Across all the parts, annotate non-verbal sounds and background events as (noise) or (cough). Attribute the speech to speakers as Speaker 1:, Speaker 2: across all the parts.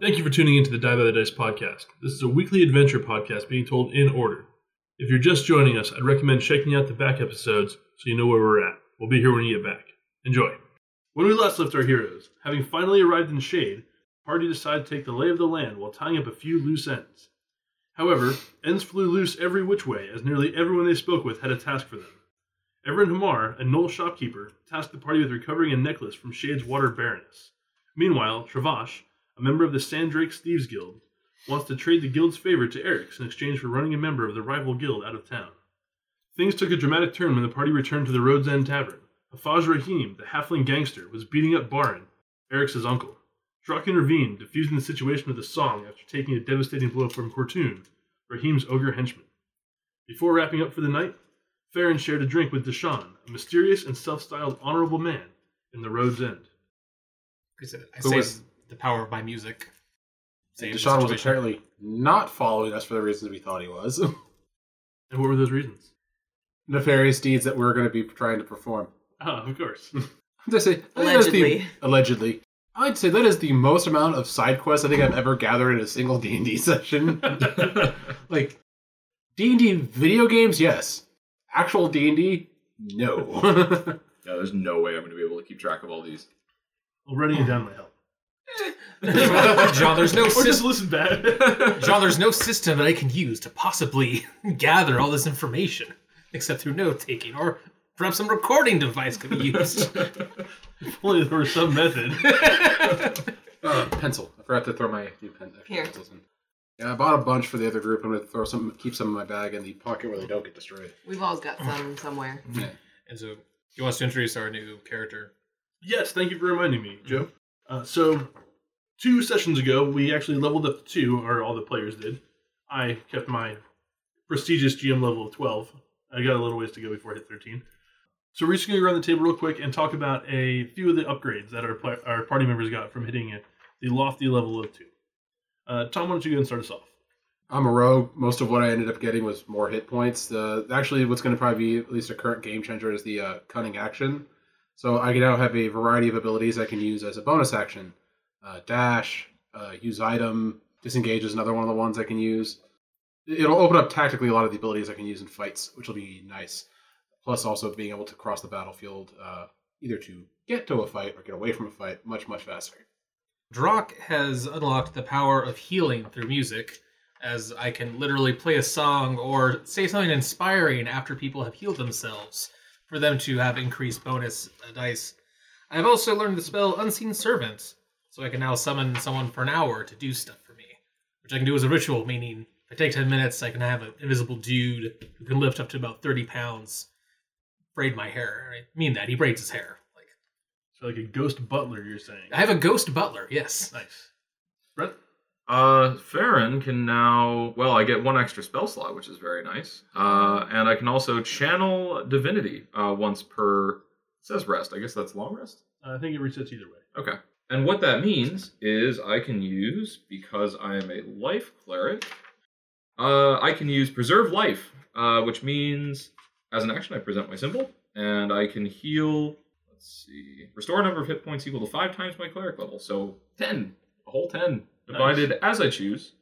Speaker 1: Thank you for tuning into the Die by the Dice podcast. This is a weekly adventure podcast being told in order. If you're just joining us, I'd recommend checking out the back episodes so you know where we're at. We'll be here when you get back. Enjoy. When we last left our heroes, having finally arrived in Shade, the party decided to take the lay of the land while tying up a few loose ends. However, ends flew loose every which way as nearly everyone they spoke with had a task for them. Everin Hamar, a knoll shopkeeper, tasked the party with recovering a necklace from Shade's water baroness. Meanwhile, Travash, a member of the Sandrake Steves Guild, wants to trade the guild's favor to Eric's in exchange for running a member of the rival guild out of town. Things took a dramatic turn when the party returned to the Road's End Tavern. Hafaj Rahim, the halfling gangster, was beating up Barin, Eric's uncle. Drak intervened, defusing the situation with a song after taking a devastating blow from Kortun, Rahim's ogre henchman. Before wrapping up for the night, Farron shared a drink with Deshawn, a mysterious and self-styled honorable man, in the Road's End.
Speaker 2: Because I
Speaker 3: Who
Speaker 2: say
Speaker 3: was-
Speaker 2: the power of my music. Same
Speaker 3: Deshaun was (laughs)
Speaker 2: situation. (laughs)
Speaker 3: apparently not following us for the reasons we thought he was. (laughs)
Speaker 1: And what were those reasons?
Speaker 3: Nefarious deeds that we are going to be trying to perform.
Speaker 1: Ah, of course. (laughs)
Speaker 3: I'd say that is the-
Speaker 4: Allegedly.
Speaker 3: allegedly. I'd say that is the most amount of side quests I think I've ever gathered in a single (laughs) D and D session. like D and D video games, yes. Actual D and D, no.
Speaker 5: Yeah, there's no way I'm going to be able to keep track of all these.
Speaker 1: well, running it down might (laughs) help.
Speaker 2: John, there's no
Speaker 1: Or just
Speaker 2: system.
Speaker 1: listen (laughs) bad.
Speaker 2: John, there's no system that I can use to possibly (laughs) gather all this information, except through note taking, or perhaps some recording device could be used. (laughs)
Speaker 1: Only there was some method.
Speaker 3: Uh, (laughs) pencil. I forgot to throw my new pen. extra
Speaker 4: Here.
Speaker 3: pencils in. Yeah, I bought a bunch for the other group. I'm going to throw some, keep some in my bag in the pocket where they don't get destroyed.
Speaker 4: We've all got
Speaker 5: (sighs)
Speaker 4: some somewhere.
Speaker 3: Yeah.
Speaker 2: and so, you want us to introduce our new character?
Speaker 1: Yes, thank you for reminding me, Joe. Uh, so, two sessions ago, we actually leveled up to two, or all the players did. I kept my prestigious GM level of 12. I got a little ways to go before I hit 13. So, we're just going to go around the table real quick and talk about a few of the upgrades that our, pla our party members got from hitting it, the lofty level of two. Uh, Tom, why don't you go and start us off?
Speaker 3: I'm a rogue. Most of what I ended up getting was more hit points. Uh, actually, what's going to probably be at least a current game changer is the uh, cunning action. So I can now have a variety of abilities I can use as a bonus action. Uh, dash, uh, use item, disengage is another one of the ones I can use. It'll open up tactically a lot of the abilities I can use in fights, which will be nice. Plus, also being able to cross the battlefield uh, either to get to a fight or get away from a fight much, much faster.
Speaker 2: Drock has unlocked the power of healing through music, as I can literally play a song or say something inspiring after people have healed themselves for them to have increased bonus uh, dice. I have also learned the spell Unseen Servant, so I can now summon someone for an hour to do stuff for me, which I can do as a ritual, meaning if I take 10 minutes, I can have an invisible dude who can lift up to about 30 pounds braid my hair. I mean that, he braids his hair. Like
Speaker 1: So, like a ghost butler, you're saying.
Speaker 2: I have a ghost butler, yes.
Speaker 1: Nice. Brett?
Speaker 5: Uh, Farron can now. Well, I get one extra spell slot, which is very nice. Uh, and I can also channel divinity uh, once per. It says rest. I guess that's long rest.
Speaker 1: Uh, I think it resets either way.
Speaker 5: Okay. And what that means is I can use because I am a life cleric. Uh, I can use preserve life, uh, which means as an action I present my symbol and I can heal. Let's see, restore a number of hit points equal to five times my cleric level, so ten, a whole ten, divided as I choose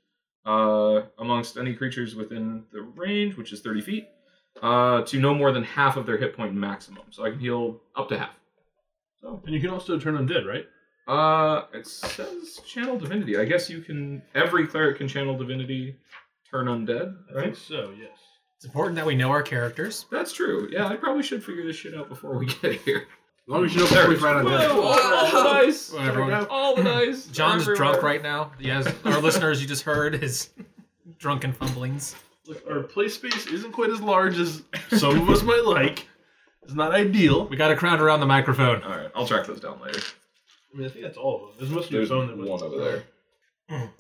Speaker 5: uh, amongst any creatures within the range, which is thirty feet, uh, to no more than half of their hit point maximum. So I can heal up to half. So
Speaker 1: And you can also turn undead, right?
Speaker 5: uh, it says channel divinity. I guess you can. Every cleric can channel divinity, turn undead,
Speaker 1: I think
Speaker 5: right?
Speaker 1: so, yes.
Speaker 2: It's important that we know our characters.
Speaker 5: That's true. Yeah, I probably should figure this shit out before we get here.
Speaker 3: As long as you know before we
Speaker 5: There.
Speaker 3: run out of
Speaker 5: Whoa,
Speaker 3: death.
Speaker 5: all the dice.
Speaker 2: Whatever.
Speaker 5: All
Speaker 3: (laughs)
Speaker 5: the dice.
Speaker 2: John's
Speaker 5: Everywhere.
Speaker 2: drunk right now. Yes, our listeners, you just heard his drunken fumblings.
Speaker 1: Look, our play space isn't quite as large as some of us might like. It's not ideal.
Speaker 2: We got a crowd around the microphone.
Speaker 5: All right, I'll track those down later.
Speaker 1: I mean, I think that's all of them. There's most of your
Speaker 5: There's
Speaker 1: phone that
Speaker 5: one
Speaker 1: was
Speaker 5: over there.
Speaker 2: And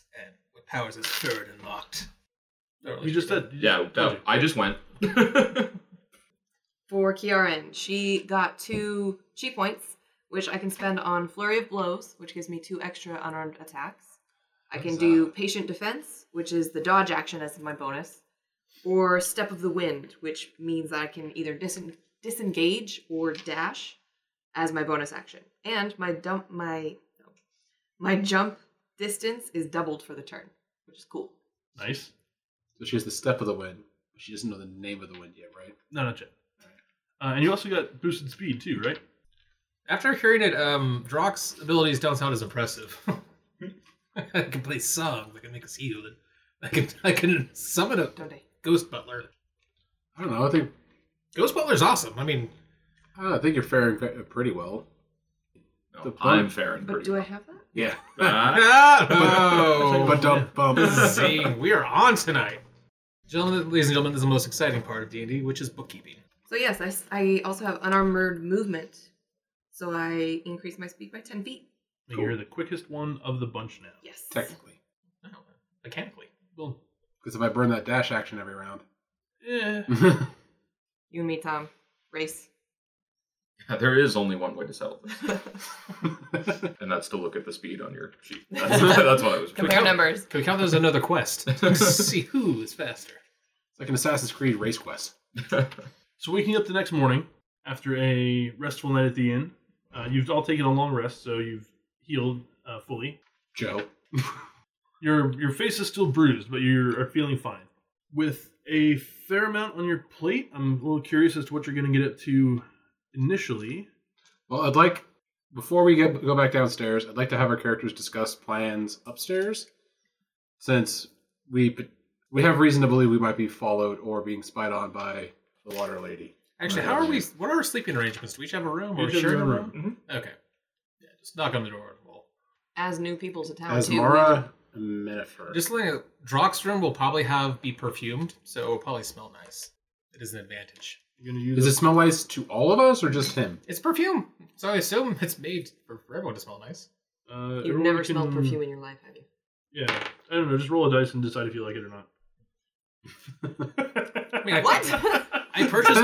Speaker 2: what powers is third and locked?
Speaker 1: You just said. you
Speaker 5: Yeah,
Speaker 1: just-
Speaker 5: that, I
Speaker 1: (laughs)
Speaker 5: just went. That's
Speaker 4: For Kiaren, she got two chi points, which I can spend on Flurry of Blows, which gives me two extra unarmed attacks. I can
Speaker 3: That's,
Speaker 4: do Patient Defense, which is the dodge action as my bonus, or Step of the Wind, which means I can either disen- disengage or dash as my bonus action. And my dump, my, no, my jump distance is doubled for the turn, which is cool.
Speaker 1: Nice.
Speaker 3: So she has the step of the wind. but She doesn't know the name of the wind yet, right?
Speaker 1: No, not yet. Uh, and you also got boosted speed too, right?
Speaker 2: After hearing it, um, Drock's abilities don't sound as impressive. (laughs) I can play songs. I can make us heal. and I can I can summon a
Speaker 4: Don't they?
Speaker 2: ghost butler.
Speaker 3: I don't know. I think
Speaker 2: Ghost butler's awesome. I mean,
Speaker 3: I, don't know, I think you're faring fa- pretty well.
Speaker 5: No,
Speaker 3: The plan-
Speaker 5: I'm fair and
Speaker 4: But
Speaker 5: pretty.
Speaker 4: do I have that?
Speaker 3: (laughs) Yeah.
Speaker 5: (laughs) Ah,
Speaker 2: (laughs) no,
Speaker 3: but dump bump.
Speaker 2: (laughs) Zing, we are on tonight, gentlemen, ladies and gentlemen. This is the most exciting part of D and D, which is bookkeeping.
Speaker 4: So yes, I, s- I also have unarmored movement, so I increase my speed by ten feet.
Speaker 1: And
Speaker 3: Cool.
Speaker 1: You're the quickest one of the bunch now.
Speaker 4: Yes.
Speaker 3: Technically,
Speaker 2: No, mechanically. Well,
Speaker 3: because if I burn that dash action every round, (laughs)
Speaker 2: Eh.
Speaker 1: Yeah.
Speaker 4: You and me, Tom. Race.
Speaker 5: there is only one way to (laughs) settle this,
Speaker 3: I
Speaker 5: and that's to look at the speed on your (laughs) sheet. That's, that's what I was.
Speaker 4: Compare numbers.
Speaker 2: can we count that as another (laughs) quest? See who is faster.
Speaker 3: It's like an Assassin's Creed race quest.
Speaker 1: So waking up the next morning after a restful night at the inn, uh, you've all taken a long rest, so you've healed uh, fully.
Speaker 3: Joe.
Speaker 1: Your your face is still bruised, but you are feeling fine. With a fair amount on your plate, I'm a little curious as to what you're going to get up to initially.
Speaker 3: Well, I'd like before we get go back downstairs, I'd like to have our characters discuss plans upstairs, since we p- we have reason to believe we might be followed or being spied on by the water lady.
Speaker 2: Actually, how are we? What are our sleeping arrangements? Do we each have a room or
Speaker 1: Each has
Speaker 2: share
Speaker 1: their
Speaker 2: a
Speaker 1: own
Speaker 2: room? Okay. Yeah, just knock on the door. and we'll-
Speaker 4: As new people to town
Speaker 3: As
Speaker 4: too.
Speaker 3: Mara Minifer.
Speaker 2: Just like Drock's room will probably have be perfumed, so it will probably smell nice. It is an advantage.
Speaker 1: You're going to use
Speaker 3: Does it smell nice to all of us or just him?
Speaker 2: It's perfume, so I assume it's made for, for everyone to smell nice.
Speaker 1: Uh,
Speaker 4: You've
Speaker 1: everyone
Speaker 4: never
Speaker 1: can-
Speaker 4: smelled perfume in your life, have you?
Speaker 1: Yeah, I don't know. Just roll a dice and decide if you like it or
Speaker 4: (laughs)
Speaker 1: not.
Speaker 2: (laughs) I mean, I,
Speaker 4: What?
Speaker 2: I purchased.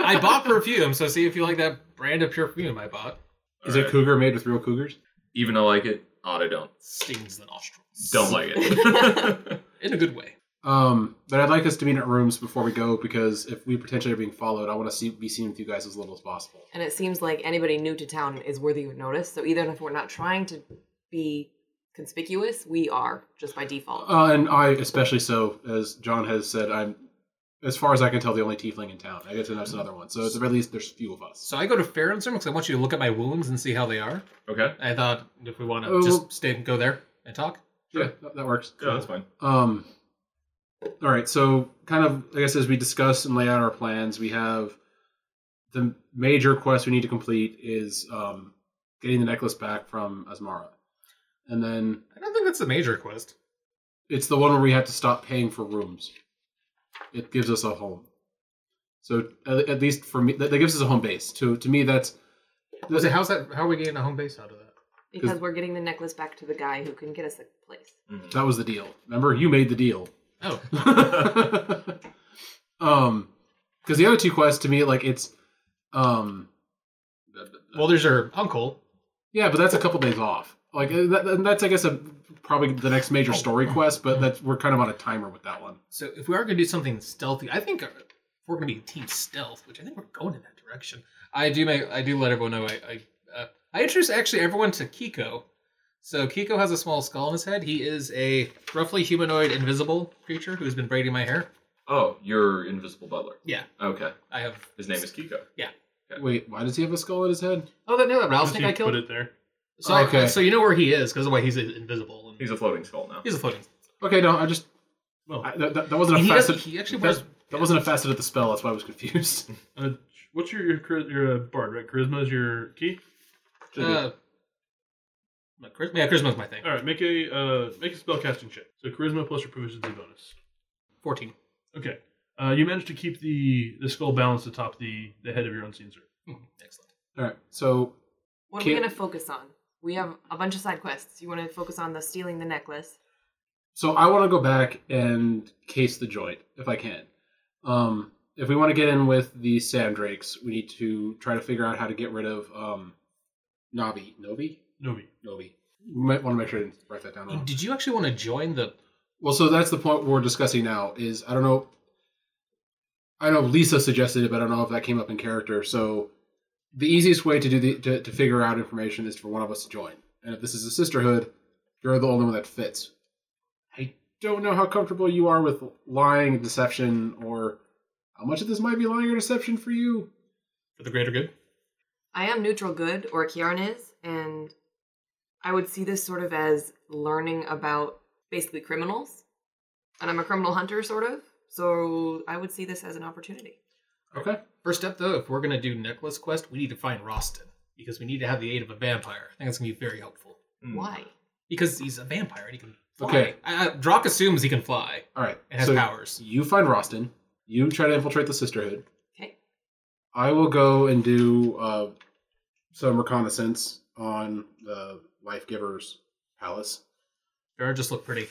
Speaker 2: I bought perfume, so see if you like that brand of perfume I bought.
Speaker 3: (laughs) Is it cougar made with real cougars?
Speaker 5: Even I like it, odd I don't.
Speaker 2: Stings the nostrils.
Speaker 5: Don't like
Speaker 1: (laughs)
Speaker 5: it.
Speaker 2: in a good way.
Speaker 3: Um, but I'd like us to meet at rooms before we go because if we potentially are being followed, I want to see be seen with you guys as little as possible.
Speaker 4: (laughs) and it seems like anybody new to town is worthy of notice. So even if we're not trying to be conspicuous, we are just by default.
Speaker 3: Uh, and I, especially so, as John has said, I'm, as far as I can tell, the only tiefling in town. I guess that's another one. So at the very least, there's few of us.
Speaker 2: So I go to Farron's room because I want you to look at my wounds and see how they are.
Speaker 5: okay.
Speaker 2: I thought if we want to
Speaker 3: Oh, well-
Speaker 2: just stay, go there and talk.
Speaker 3: Yeah, that, that works.
Speaker 5: Yeah, that's fine.
Speaker 3: Um, all right. So kind of, I guess, as we discuss and lay out our plans, we have the major quest we need to complete is um, getting the necklace back from Asmara, and then
Speaker 2: I don't think that's a major quest.
Speaker 3: it's the one where we have to stop paying for rooms. It gives us a home. So at, at least for me, that, that gives us a home base. To to me, that's
Speaker 2: Was it, how's that? How are we getting a home base out of that?
Speaker 4: because we're getting the necklace back to the guy who can get us a place.
Speaker 1: Mm-hmm.
Speaker 3: that was the deal. Remember, you made the deal. (laughs)
Speaker 2: Oh,
Speaker 3: um, because the other two quests to me, like it's, um,
Speaker 2: well, there's your uncle.
Speaker 3: yeah, but that's a couple days off. Like uh, that, and that's I guess a, probably the next major
Speaker 2: Oh.
Speaker 3: story quest, but that's we're kind of on a timer with that one.
Speaker 2: So if we are going to do something stealthy, I think uh, if we're going to be team stealth, which I think we're going in that direction. I do make I do let everyone know I I, uh, I introduced actually everyone to Kiko. So Kiko has a small skull in his head. He is a roughly humanoid, invisible creature who has been braiding my hair.
Speaker 5: Oh, your invisible butler.
Speaker 2: Yeah.
Speaker 5: Okay.
Speaker 2: I have
Speaker 5: His name is Kiko.
Speaker 3: Wait, why does he have a skull in his head?
Speaker 2: oh that no that
Speaker 1: Just
Speaker 2: rattlesnake
Speaker 1: you
Speaker 2: I
Speaker 1: put
Speaker 2: killed.
Speaker 1: it there.
Speaker 2: So I-
Speaker 3: Okay.
Speaker 2: so you know where he is because why he's invisible and
Speaker 5: He's a floating skull now.
Speaker 2: he's a floating.
Speaker 3: Okay, no, I just
Speaker 1: Well,
Speaker 3: I, that, that that wasn't a
Speaker 2: And he, does,
Speaker 3: facet.
Speaker 2: he actually
Speaker 3: that,
Speaker 2: wears
Speaker 3: that wasn't a facet of the spell. That's why I
Speaker 2: (laughs)
Speaker 3: was confused.
Speaker 1: uh, what's your your, chari- your uh, bard right? Charisma is your key.
Speaker 2: uh, my charisma. Yeah, charisma's my thing.
Speaker 1: All right, make a uh, make a spell casting check. So charisma plus your proficiency bonus.
Speaker 2: Fourteen.
Speaker 1: Okay, uh, you managed to keep the the skull balanced atop the the head of your unseen sir.
Speaker 2: Mhm, Excellent.
Speaker 3: All right, so
Speaker 4: What are we
Speaker 3: Can't-
Speaker 4: gonna focus on? We have a bunch of side quests. You want to focus on the stealing the necklace?
Speaker 3: so I want to go back and case the joint if I can. Um, if we want to get in with the Sandrakes, we need to try to figure out how to get rid of um, Navi. Novi.
Speaker 1: Novi.
Speaker 3: Novi. We might want to make sure I didn't write that down. Wrong.
Speaker 2: Did you actually want to join the
Speaker 3: Well, so that's the point we're discussing now. Is I don't know. I know Lisa suggested it, but I don't know if that came up in character. So the easiest way to do the to, to figure out information is for one of us to join. And if this is a sisterhood, You're the only one that fits. I don't know how comfortable you are with lying and deception, or how much of this might be lying or deception for you.
Speaker 2: for the greater good.
Speaker 4: I am neutral good, or Kieran is, and I would see this sort of as learning about basically criminals. And I'm a criminal hunter, sort of. So I would see this as an opportunity.
Speaker 3: Okay.
Speaker 2: First step, though, if we're gonna do necklace quest, we need to find Roston because we need to have the aid of a vampire. I think that's gonna be very helpful
Speaker 5: Hmm.
Speaker 4: Why?
Speaker 2: because he's a vampire and he can. Fly.
Speaker 3: Okay.
Speaker 2: I, I, Drock assumes he can fly
Speaker 3: All right.
Speaker 2: and has
Speaker 3: so
Speaker 2: powers.
Speaker 3: you find Roston. You try to infiltrate the Sisterhood.
Speaker 4: Okay.
Speaker 3: I will go and do uh, some reconnaissance on the Life Giver's palace.
Speaker 2: Farrah just look pretty.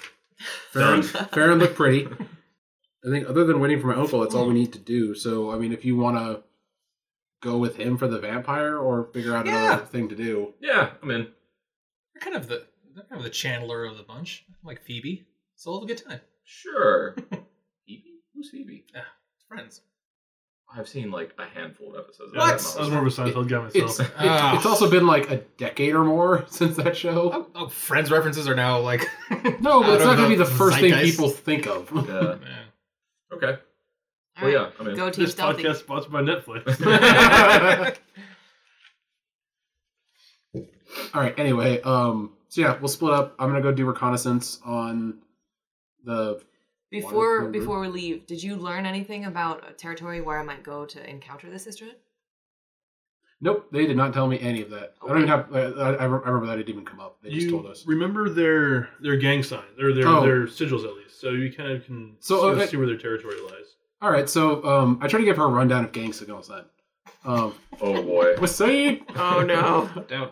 Speaker 3: Farron, Farron looked pretty. I think other than waiting for my uncle, that's all we need to do. So, I mean, if you want to go with him for the vampire or figure out
Speaker 2: Yeah.
Speaker 3: another thing to do.
Speaker 5: Yeah, I'm in.
Speaker 2: They're kind of the they're kind of the channeler of the bunch, like Phoebe. So we'll have a good time. (laughs)
Speaker 5: Sure. Hebe? Who's Hebe?
Speaker 2: It's friends.
Speaker 5: I've seen like a handful of episodes. of
Speaker 1: Yeah,
Speaker 2: What?
Speaker 5: that
Speaker 1: I was more of a Seinfeld guy myself.
Speaker 3: It's, it-
Speaker 2: Ah.
Speaker 3: it's also been like a decade or more (laughs) since that show.
Speaker 2: Oh, oh, friends references are now like.
Speaker 3: No, but
Speaker 2: (laughs) out
Speaker 3: it's
Speaker 2: of
Speaker 3: not going to be the first thing
Speaker 2: zeitgeist. Oh,
Speaker 3: people think of.
Speaker 5: Yeah.
Speaker 2: Yeah. (laughs)
Speaker 5: Okay.
Speaker 4: All
Speaker 5: Well,
Speaker 4: right.
Speaker 5: yeah, I'm in.
Speaker 4: Go
Speaker 1: (laughs)
Speaker 4: team
Speaker 1: This
Speaker 4: stealthy.
Speaker 1: podcast sponsored by Netflix.
Speaker 3: All right. Anyway, um, so yeah, we'll split up. I'm gonna go do reconnaissance on the.
Speaker 4: Before
Speaker 3: Wonderful.
Speaker 4: before we leave, did you learn anything about a territory where I might go to encounter the sisterhood?
Speaker 3: Nope, they did not tell me any of that. I don't even have. I, I, I remember that it didn't even come up. (laughs)
Speaker 1: (laughs)
Speaker 3: They just told
Speaker 1: you
Speaker 3: us.
Speaker 1: remember their their gang sign, their their,
Speaker 3: Oh.
Speaker 1: their sigils at least, so you kind of can
Speaker 3: So,
Speaker 1: sort of
Speaker 3: okay.
Speaker 1: see where their territory lies.
Speaker 3: All right, so um, I try to give her a rundown of gang signals then. Um,
Speaker 5: Oh boy.
Speaker 3: was saying
Speaker 4: Oh (laughs) no.
Speaker 2: Don't.
Speaker 1: No.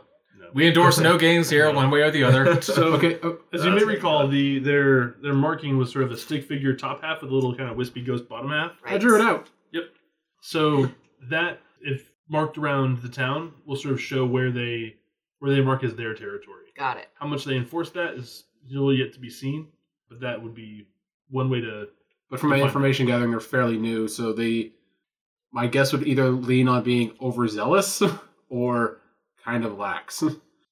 Speaker 2: We endorse no games here, one way or the (laughs) other.
Speaker 1: So-
Speaker 3: okay. oh,
Speaker 1: (laughs) As you
Speaker 5: That's
Speaker 1: may
Speaker 5: not
Speaker 1: recall,
Speaker 5: bad.
Speaker 1: the their their marking was sort of a stick figure top half with a little kind of wispy ghost bottom half.
Speaker 3: I drew it out.
Speaker 1: So that, if marked around the town, will sort of show where they where they mark as their territory.
Speaker 4: Got it.
Speaker 1: How much they enforce that is still yet to be seen, but that would be one way to.
Speaker 3: But from my
Speaker 1: Fine.
Speaker 3: information gathering, they're fairly new, so they, my guess would either lean on being overzealous (laughs) or kind of lax.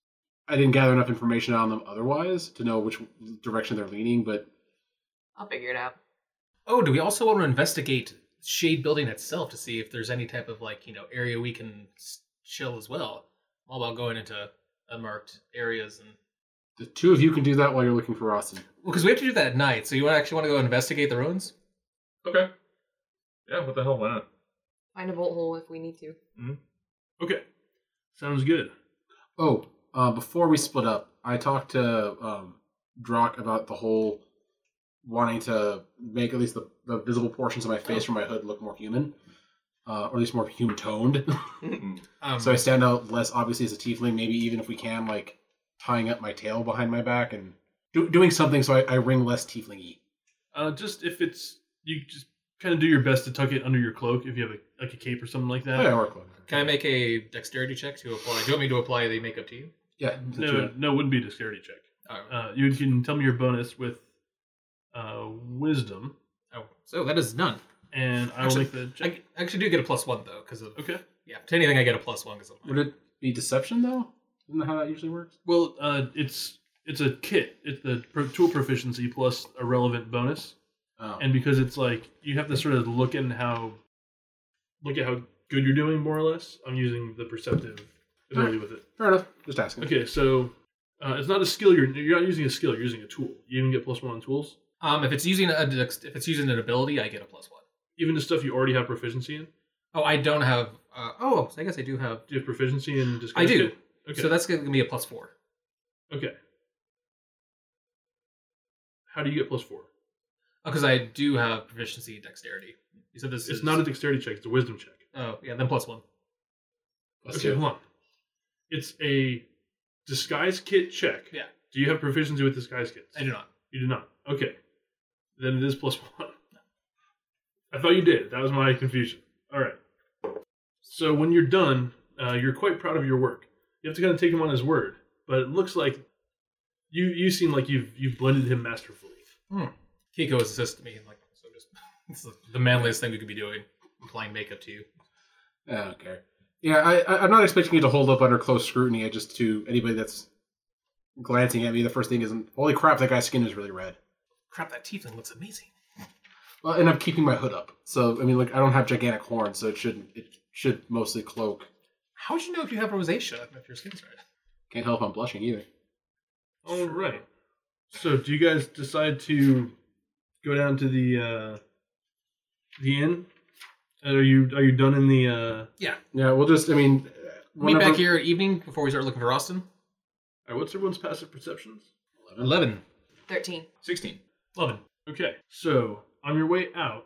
Speaker 3: (laughs) I didn't gather enough information on them otherwise to know which direction they're leaning, but
Speaker 4: I'll figure it out.
Speaker 2: oh, do we also want to investigate Shade Building itself to see if there's any type of like you know area we can s- chill as well? All about going into unmarked areas and
Speaker 3: the two of you can do that while you're looking for Austin.
Speaker 2: well, because we have to do that at night. So you want actually want to go investigate the ruins?
Speaker 5: Okay. Yeah. What the hell? Why
Speaker 2: (laughs)
Speaker 5: not?
Speaker 4: Find a bolt hole if we need to.
Speaker 1: Okay, sounds good.
Speaker 3: Oh, uh, before we split up, I talked to um, Drock about the whole wanting to make at least the, the visible portions of my face from my hood look more human, uh, or at least more
Speaker 1: (laughs)
Speaker 3: human toned.
Speaker 5: Hmm.
Speaker 2: Um,
Speaker 3: So I stand out less obviously as a tiefling. Maybe even if we can, like tying up my tail behind my back and do, doing something so I, I ring less tieflingy.
Speaker 1: Uh, just if it's you, just kind of do your best to tuck it under your cloak if you have a, like a cape or something like that.
Speaker 3: Oh, Yeah, Oracle.
Speaker 2: can I make a dexterity check to apply? Do you want me to apply the makeup to you?
Speaker 3: Yeah.
Speaker 1: No, no, it wouldn't be a dexterity check.
Speaker 2: Oh,
Speaker 1: Uh, you can tell me your bonus with uh, wisdom,
Speaker 2: oh, so that is none.
Speaker 1: and I will
Speaker 2: Actually,
Speaker 1: make the check.
Speaker 2: I actually do get a plus one though because of
Speaker 1: Okay.
Speaker 2: yeah. To anything, I get a plus one because of
Speaker 3: Would it be deception though? Isn't that how that usually works?
Speaker 1: Well, uh, it's it's a kit. It's the pro- tool proficiency plus a relevant bonus,
Speaker 3: Oh.
Speaker 1: and because it's like you have to sort of look in how look at how good you're doing more or less. I'm using the perceptive ability with it.
Speaker 3: Fair enough. Just asking.
Speaker 1: Okay, so uh, it's not a skill. You're you're not using a skill. You're using a tool. You even get plus one on tools,
Speaker 2: Um, if it's using a dex- if it's using an ability, I get a plus one.
Speaker 1: even the stuff you already have proficiency in.
Speaker 2: Oh, I don't have. Uh, oh, so I guess I do have.
Speaker 1: Do you have proficiency in disguise?
Speaker 2: I do.
Speaker 1: kit? Okay.
Speaker 2: So that's gonna be a plus four.
Speaker 1: okay. How do you get plus four?
Speaker 2: Because Uh, I do have proficiency in dexterity. You said this
Speaker 1: It's
Speaker 2: is
Speaker 1: not a dexterity check. It's a wisdom check.
Speaker 2: Oh yeah, then plus one.
Speaker 3: Plus
Speaker 1: okay,
Speaker 3: two.
Speaker 1: hold on. It's a disguise kit check.
Speaker 2: Yeah.
Speaker 1: Do you have proficiency with disguise kits?
Speaker 2: I do not.
Speaker 1: You do not. Okay. Then it is plus (laughs) one. I thought you did. That was my confusion. All right. So when you're done, uh, you're quite proud of your work. You have to kind of take him on his word, but it looks like you you seem like you've you've blended him masterfully.
Speaker 2: Kiko has assisted me. and, Like so, just (laughs) this is the manliest thing we could be doing. Applying makeup to you.
Speaker 3: I don't care. Yeah, I, I, I'm not expecting you to hold up under close scrutiny. I just to anybody that's glancing at me, the first thing is, holy crap, that guy's skin is really red.
Speaker 2: Crap, that tiefling looks amazing.
Speaker 3: Well, and I'm keeping my hood up, so I mean, like, I don't have gigantic horns, so it should it should mostly cloak.
Speaker 2: How would you know if you have rosacea if your skin's red?
Speaker 3: Can't help I'm blushing either.
Speaker 1: All right. So, do you guys decide to go down to the uh, the inn? Uh, Are you are you done in the? Uh,
Speaker 3: Yeah, we'll just, I mean,
Speaker 2: Meet back here at evening before we start looking for Austin.
Speaker 1: all right, what's everyone's passive perceptions?
Speaker 2: Eleven.
Speaker 4: 13.
Speaker 5: 16.
Speaker 2: Eleven.
Speaker 1: Okay, so on your way out,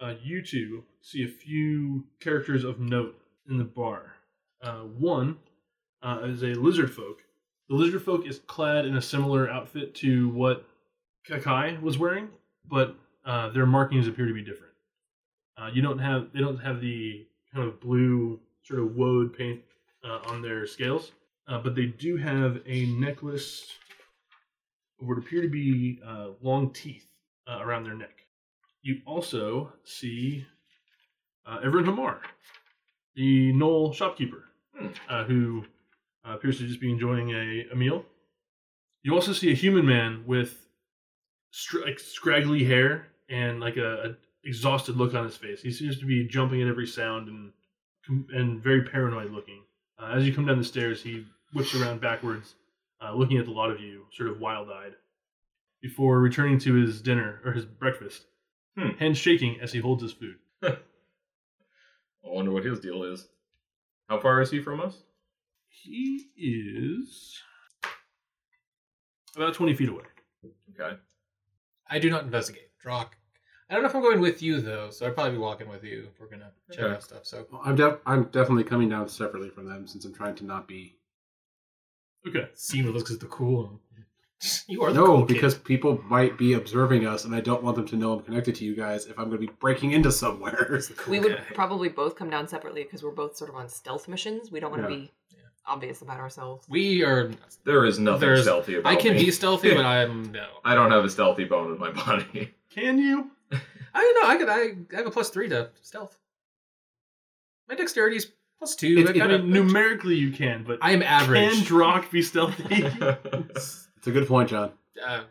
Speaker 1: uh, you two see a few characters of note in the bar. Uh, one uh, is a lizard folk. The lizard folk is clad in a similar outfit to what Kakai was wearing, but uh, their markings appear to be different. Uh, you don't have they don't have the kind of blue sort of woad paint uh, on their scales, uh, but they do have a necklace of what appear to be uh, long teeth uh, around their neck. You also see uh, Everin Hamar, the Knoll shopkeeper,
Speaker 5: Hmm.
Speaker 1: uh, who uh, appears to just be enjoying a, a meal. You also see a human man with str- like scraggly hair and like a, a exhausted look on his face. He seems to be jumping at every sound and com- and very paranoid looking. Uh, as you come down the stairs, he whips around backwards, uh, looking at the lot of you, sort of wild eyed, before returning to his dinner or his breakfast,
Speaker 5: Hmm.
Speaker 1: hands shaking as he holds his food.
Speaker 5: I wonder what his deal is. How far is he from us?
Speaker 1: He is about 20 feet away.
Speaker 5: Okay.
Speaker 2: I do not investigate. Drock. I don't know if I'm going with you though, so I'd probably be walking with you if we're gonna check
Speaker 5: Okay.
Speaker 2: out stuff. So
Speaker 3: Well, I'm def- I'm definitely coming down separately from them since I'm trying to not be.
Speaker 1: Okay.
Speaker 2: Seema looks at the cool. one. (laughs) you are the
Speaker 3: No,
Speaker 2: cool kid.
Speaker 3: because people might be observing us, and I don't want them to know I'm connected to you guys if I'm going to be breaking into somewhere. (laughs)
Speaker 2: He's the cool
Speaker 4: We would
Speaker 2: guy.
Speaker 4: probably both come down separately because we're both sort of on stealth missions. We don't want to
Speaker 3: Yeah.
Speaker 4: be
Speaker 2: Yeah.
Speaker 4: obvious about ourselves.
Speaker 2: We are.
Speaker 5: There is nothing
Speaker 2: There's-
Speaker 5: stealthy about
Speaker 2: I can
Speaker 5: me.
Speaker 2: be stealthy, but I'm no.
Speaker 5: I don't have a stealthy bone in my body. (laughs)
Speaker 1: (laughs) Can you?
Speaker 2: (laughs) I don't know. I could. I, I have a plus three to stealth. My dexterity is plus two.
Speaker 3: It-
Speaker 2: I
Speaker 3: it-
Speaker 1: I
Speaker 2: kinda-
Speaker 1: mean, numerically you can, but
Speaker 2: I am average.
Speaker 1: can Drock be
Speaker 5: (laughs)
Speaker 1: stealthy?
Speaker 3: It's a good point, John.
Speaker 2: uh,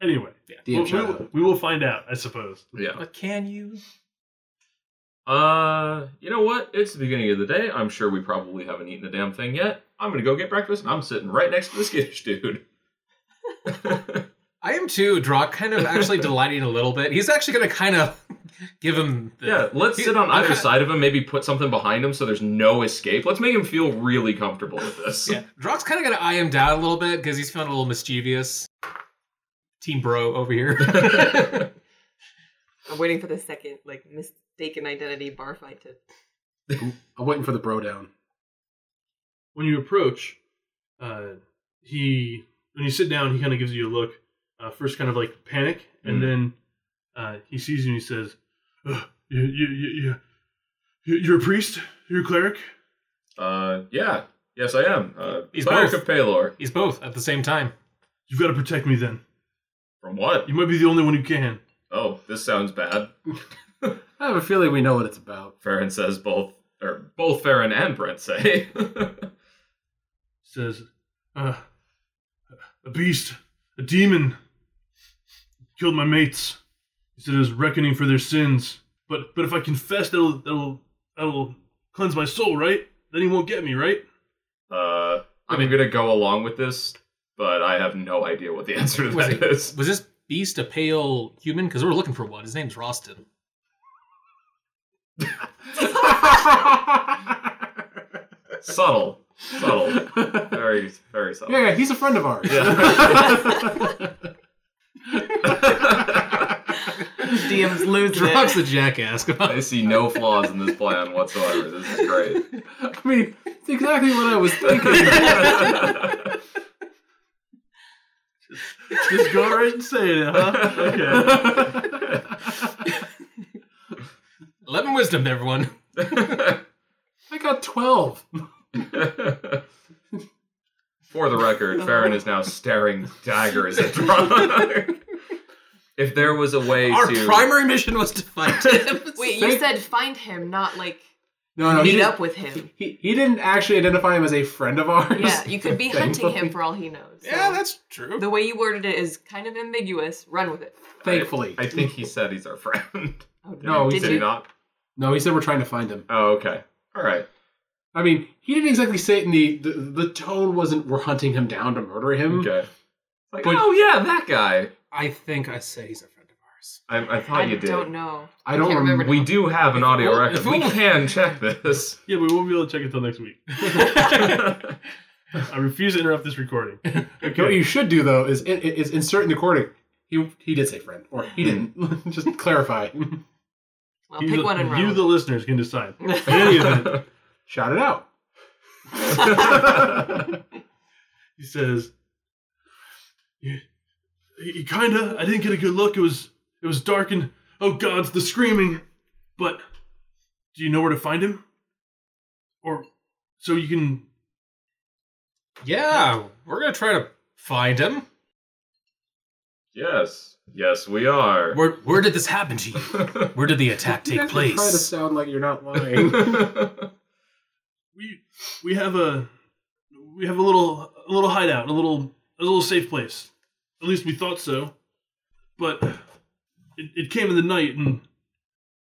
Speaker 1: anyway,
Speaker 3: DM
Speaker 1: we,
Speaker 3: shout
Speaker 1: we,
Speaker 3: out.
Speaker 1: we will find out, I suppose.
Speaker 5: yeah.
Speaker 2: but can you?
Speaker 5: Uh, you know what? It's the beginning of the day. I'm sure we probably haven't eaten a damn thing yet. I'm gonna go get breakfast, and I'm sitting right next to this
Speaker 2: (laughs)
Speaker 5: skittish dude.
Speaker 2: I am too. Drock kind of actually delighting a little bit. He's actually going to kind of (laughs) give him. The,
Speaker 5: yeah, let's
Speaker 2: He-
Speaker 5: sit on
Speaker 2: I'm (laughs)
Speaker 5: either
Speaker 2: kinda-
Speaker 5: side of him. Maybe put something behind him so there's no escape. Let's make him feel really comfortable with this.
Speaker 2: Yeah, Drock's kind of going to eye him down a little bit because he's feeling a little mischievous. Team bro over here.
Speaker 4: I'm waiting for the second, like, mistaken identity bar fight to.
Speaker 3: I'm waiting for the bro down.
Speaker 1: when you approach, uh, he when you sit down, he kind of gives you a look. Uh, first, kind of like panic, and
Speaker 5: Mm.
Speaker 1: then uh, he sees you and he says, "Ugh, "You, you, you, you, you're a priest. You're a cleric.
Speaker 5: (laughs) uh, yeah. Yes, I am. Uh,
Speaker 2: He's
Speaker 5: Cleric
Speaker 2: both.
Speaker 5: of Palor.
Speaker 2: he's both at the same time.
Speaker 1: You've got to protect me. Then
Speaker 5: From what?
Speaker 1: you might be the only one who can."
Speaker 5: Oh, this sounds bad.
Speaker 3: I have a feeling we know what it's about.
Speaker 4: (laughs)
Speaker 5: Farron says both, or both Farron and Brent say. (laughs)
Speaker 1: says, uh, "A beast, a demon, killed my mates. He said it was reckoning for their sins. But but if I confess, that'll that'll that'll cleanse my soul, right? Then he won't get me, right?"
Speaker 5: uh, I'm gonna go along with this, but I have no idea what the (laughs) answer to
Speaker 2: Was
Speaker 5: that is.
Speaker 2: Was this beast a pale human? Because we're looking for one. His name's Rostin.
Speaker 5: subtle, subtle,
Speaker 3: (laughs)
Speaker 5: very, very subtle.
Speaker 3: Yeah, yeah, he's a friend of ours.
Speaker 5: Yeah.
Speaker 4: DM's losing
Speaker 2: Drock's
Speaker 4: it.
Speaker 2: a jackass. Come on.
Speaker 5: I see no flaws in this plan whatsoever. This is great.
Speaker 3: (laughs) I mean, it's exactly what I was thinking.
Speaker 1: Just go right and say it, huh? Okay.
Speaker 2: (laughs) Eleven wisdom, everyone.
Speaker 3: I got 12.
Speaker 5: (laughs) For the record, Farron is now staring daggers at Drunk. if there was a way
Speaker 2: Our
Speaker 5: to
Speaker 2: (laughs) primary mission was to find him.
Speaker 4: (laughs) Wait,
Speaker 3: Thank-
Speaker 4: you said find him, not like
Speaker 3: No, no, he,
Speaker 4: meet
Speaker 3: did,
Speaker 4: up with him.
Speaker 3: he he didn't actually identify him as a friend of ours.
Speaker 4: (laughs) Yeah, you could be hunting him for all he knows. so
Speaker 2: Yeah, that's true.
Speaker 4: the way you worded it is kind of ambiguous. Run with it.
Speaker 3: (laughs) Thankfully,
Speaker 5: I think he said he's our friend.
Speaker 4: Oh,
Speaker 3: No, he
Speaker 4: did
Speaker 5: did
Speaker 3: said
Speaker 5: he
Speaker 4: you?
Speaker 5: not?
Speaker 3: no, he said we're trying to find him.
Speaker 5: Oh, okay. All right.
Speaker 3: I mean, he didn't exactly say it in the the, the tone wasn't we're hunting him down to murder him.
Speaker 5: Okay. Mm. Like,
Speaker 3: But-
Speaker 5: oh yeah, that guy.
Speaker 2: I think I said he's a friend of ours.
Speaker 5: I, I thought
Speaker 4: I
Speaker 5: you did.
Speaker 4: don't know.
Speaker 3: I don't
Speaker 4: Can't remember
Speaker 3: remember.
Speaker 5: We do have an audio
Speaker 2: Well,
Speaker 5: record.
Speaker 2: if
Speaker 5: We
Speaker 2: we-
Speaker 5: can check this.
Speaker 1: (laughs) Yeah, but we won't be able to check it until next (laughs) week. I refuse to interrupt this recording.
Speaker 3: What you should do though is in- is insert in the recording. He he did say friend, or he didn't. (laughs) Just clarify.
Speaker 4: Well,
Speaker 1: You
Speaker 4: pick
Speaker 1: the-
Speaker 4: one and
Speaker 1: You,
Speaker 4: run.
Speaker 1: the listeners, can
Speaker 4: (laughs)
Speaker 1: decide. In any event,
Speaker 3: Shout it out.
Speaker 1: he says, "You, you kinda. I didn't get a good look. It was it was dark and oh gods, the screaming. But do you know where to find him? Or so you can
Speaker 2: Yeah, we're gonna try to find him.
Speaker 5: yes. Yes, we are.
Speaker 2: Where where did this happen to you? Where did the attack
Speaker 3: You
Speaker 2: take
Speaker 3: guys are Trying to
Speaker 2: place?
Speaker 3: sound like you're not
Speaker 5: (laughs)
Speaker 3: lying.
Speaker 5: okay.
Speaker 1: we we have a we have a little a little hideout, a little a little safe place. At least we thought so. But it, it came in the night, and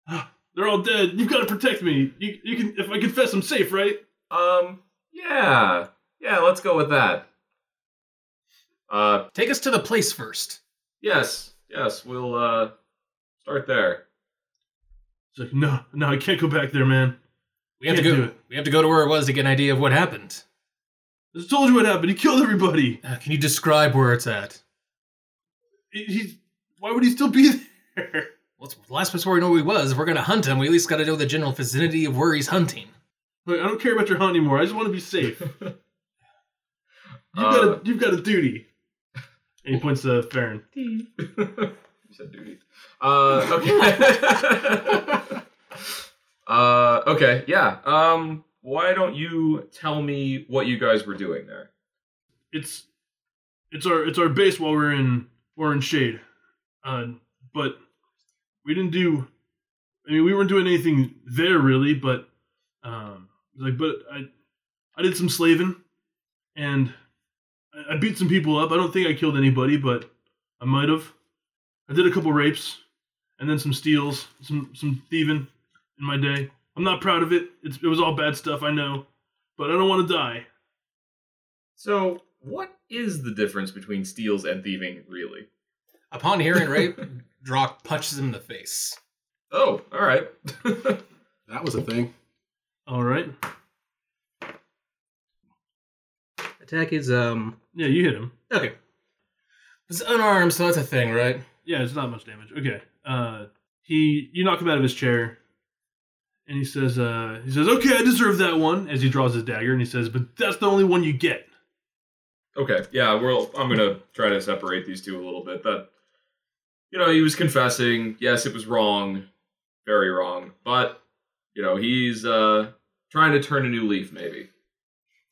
Speaker 1: ah, they're all dead. You've got to protect me. You you can if I confess, I'm safe, right?
Speaker 5: Um yeah. Yeah, let's go with that. Uh
Speaker 2: Take us to the place first.
Speaker 5: yes. Yes, we'll uh start there.
Speaker 1: It's like no, no, I can't go back there, man.
Speaker 2: We have
Speaker 1: Can't
Speaker 2: to go.
Speaker 1: do it.
Speaker 2: We have to go to where it was to get an idea of what happened.
Speaker 1: I just told you what happened. He killed everybody.
Speaker 2: Uh, can you describe where it's at?
Speaker 1: He, he's why would he still be (laughs) there?
Speaker 2: Well, it's the last place where we know he was. If we're gonna hunt him, we at least gotta know the general vicinity of where he's hunting.
Speaker 1: Like, I don't care about your hunt anymore. I just want to be safe. You've got
Speaker 5: Uh.
Speaker 1: a you've got a duty. And he points to Farron.
Speaker 5: you said duty. Uh, okay. (laughs) uh, okay. Yeah. Um, why don't you tell me what you guys were doing there?
Speaker 1: it's it's our it's our base while we're in we're in shade. Uh, but we didn't do. I mean, we weren't doing anything there really. But um, like, but I I did some slaving, and I, I beat some people up. I don't think I killed anybody, but I might have. I did a couple rapes, and then some steals, some some thieving in my day. I'm not proud of it. It's, it was all bad stuff, I know, but I don't want to die.
Speaker 5: So, what is the difference between steals and thieving, really?
Speaker 2: Upon hearing (laughs) rape, Drock punches him in the face.
Speaker 5: Oh, all right. (laughs)
Speaker 3: that was a thing.
Speaker 1: All right.
Speaker 2: Attack is um
Speaker 1: Yeah, you hit him.
Speaker 2: okay. It's unarmed, so that's a thing, right?
Speaker 1: Yeah, it's not much damage. Okay. Uh, he you knock him out of his chair, and he says, uh, he says, "Okay, I deserve that one." As he draws his dagger, and he says, "But that's the only one you get."
Speaker 5: okay. Yeah. We'll. I'm gonna try to separate these two a little bit. That, you know, he was confessing. Yes, it was wrong, very wrong. But, you know, he's uh trying to turn a new leaf, maybe.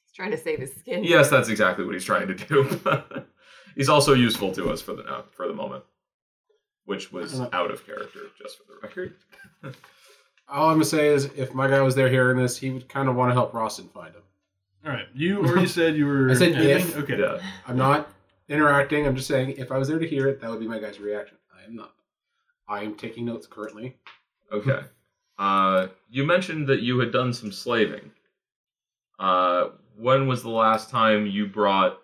Speaker 4: He's trying to save his skin.
Speaker 5: Yes, that's exactly what he's trying to do. (laughs) he's also useful to us for the now, for the moment, which was out of character, just for the record.
Speaker 3: All I'm gonna say is, if my guy was there hearing this, he would kind of want to help Rawson find him.
Speaker 1: All right. You already said you were.
Speaker 3: I said
Speaker 1: anything?
Speaker 3: if.
Speaker 1: Okay.
Speaker 5: Yeah.
Speaker 3: I'm not interacting. I'm just saying, if I was there to hear it, that would be my guy's reaction. I am not. I am taking notes currently.
Speaker 5: Okay. Uh, you mentioned that you had done some slaving. Uh, when was the last time you brought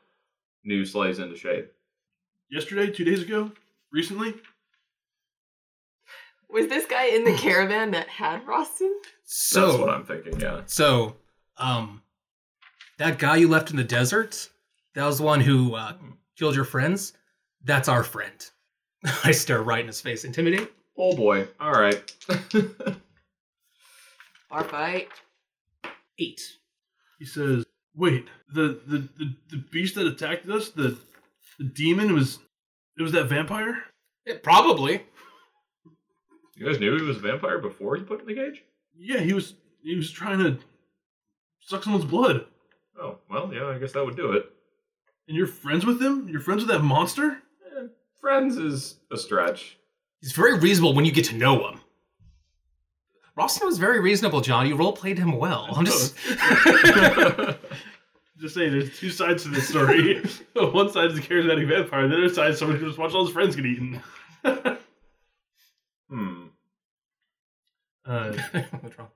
Speaker 5: new slaves into shade?
Speaker 1: Yesterday, two days ago, recently.
Speaker 4: Was this guy in the caravan that had Roston?
Speaker 2: So
Speaker 5: That's what I'm thinking. Yeah.
Speaker 2: So, um, that guy you left in the desert, that was the one who uh, killed your friends. That's our friend. (laughs) I stare right in his face. Intimidate?
Speaker 5: Oh boy. All right. (laughs)
Speaker 4: Bar fight.
Speaker 2: Eight.
Speaker 1: He says, "Wait, the the the, the beast that attacked us, the the demon was." It was that vampire?
Speaker 2: Yeah, probably.
Speaker 5: you guys knew he was a vampire before he put in the cage.
Speaker 1: Yeah, he was. He was trying to suck someone's blood.
Speaker 5: Oh well, yeah. I guess that would do it.
Speaker 1: And you're friends with him? You're friends with that monster?
Speaker 5: Friends is a stretch. (laughs)
Speaker 2: He's very reasonable when you get to know him. Rostam was very reasonable, John. You role played him well. I'm just.
Speaker 1: Just saying, there's two sides to this story. (laughs) One side is a charismatic vampire, the other side is someone who just watched all his friends get eaten.
Speaker 5: Hmm.
Speaker 1: Uh,
Speaker 2: (laughs) What's wrong?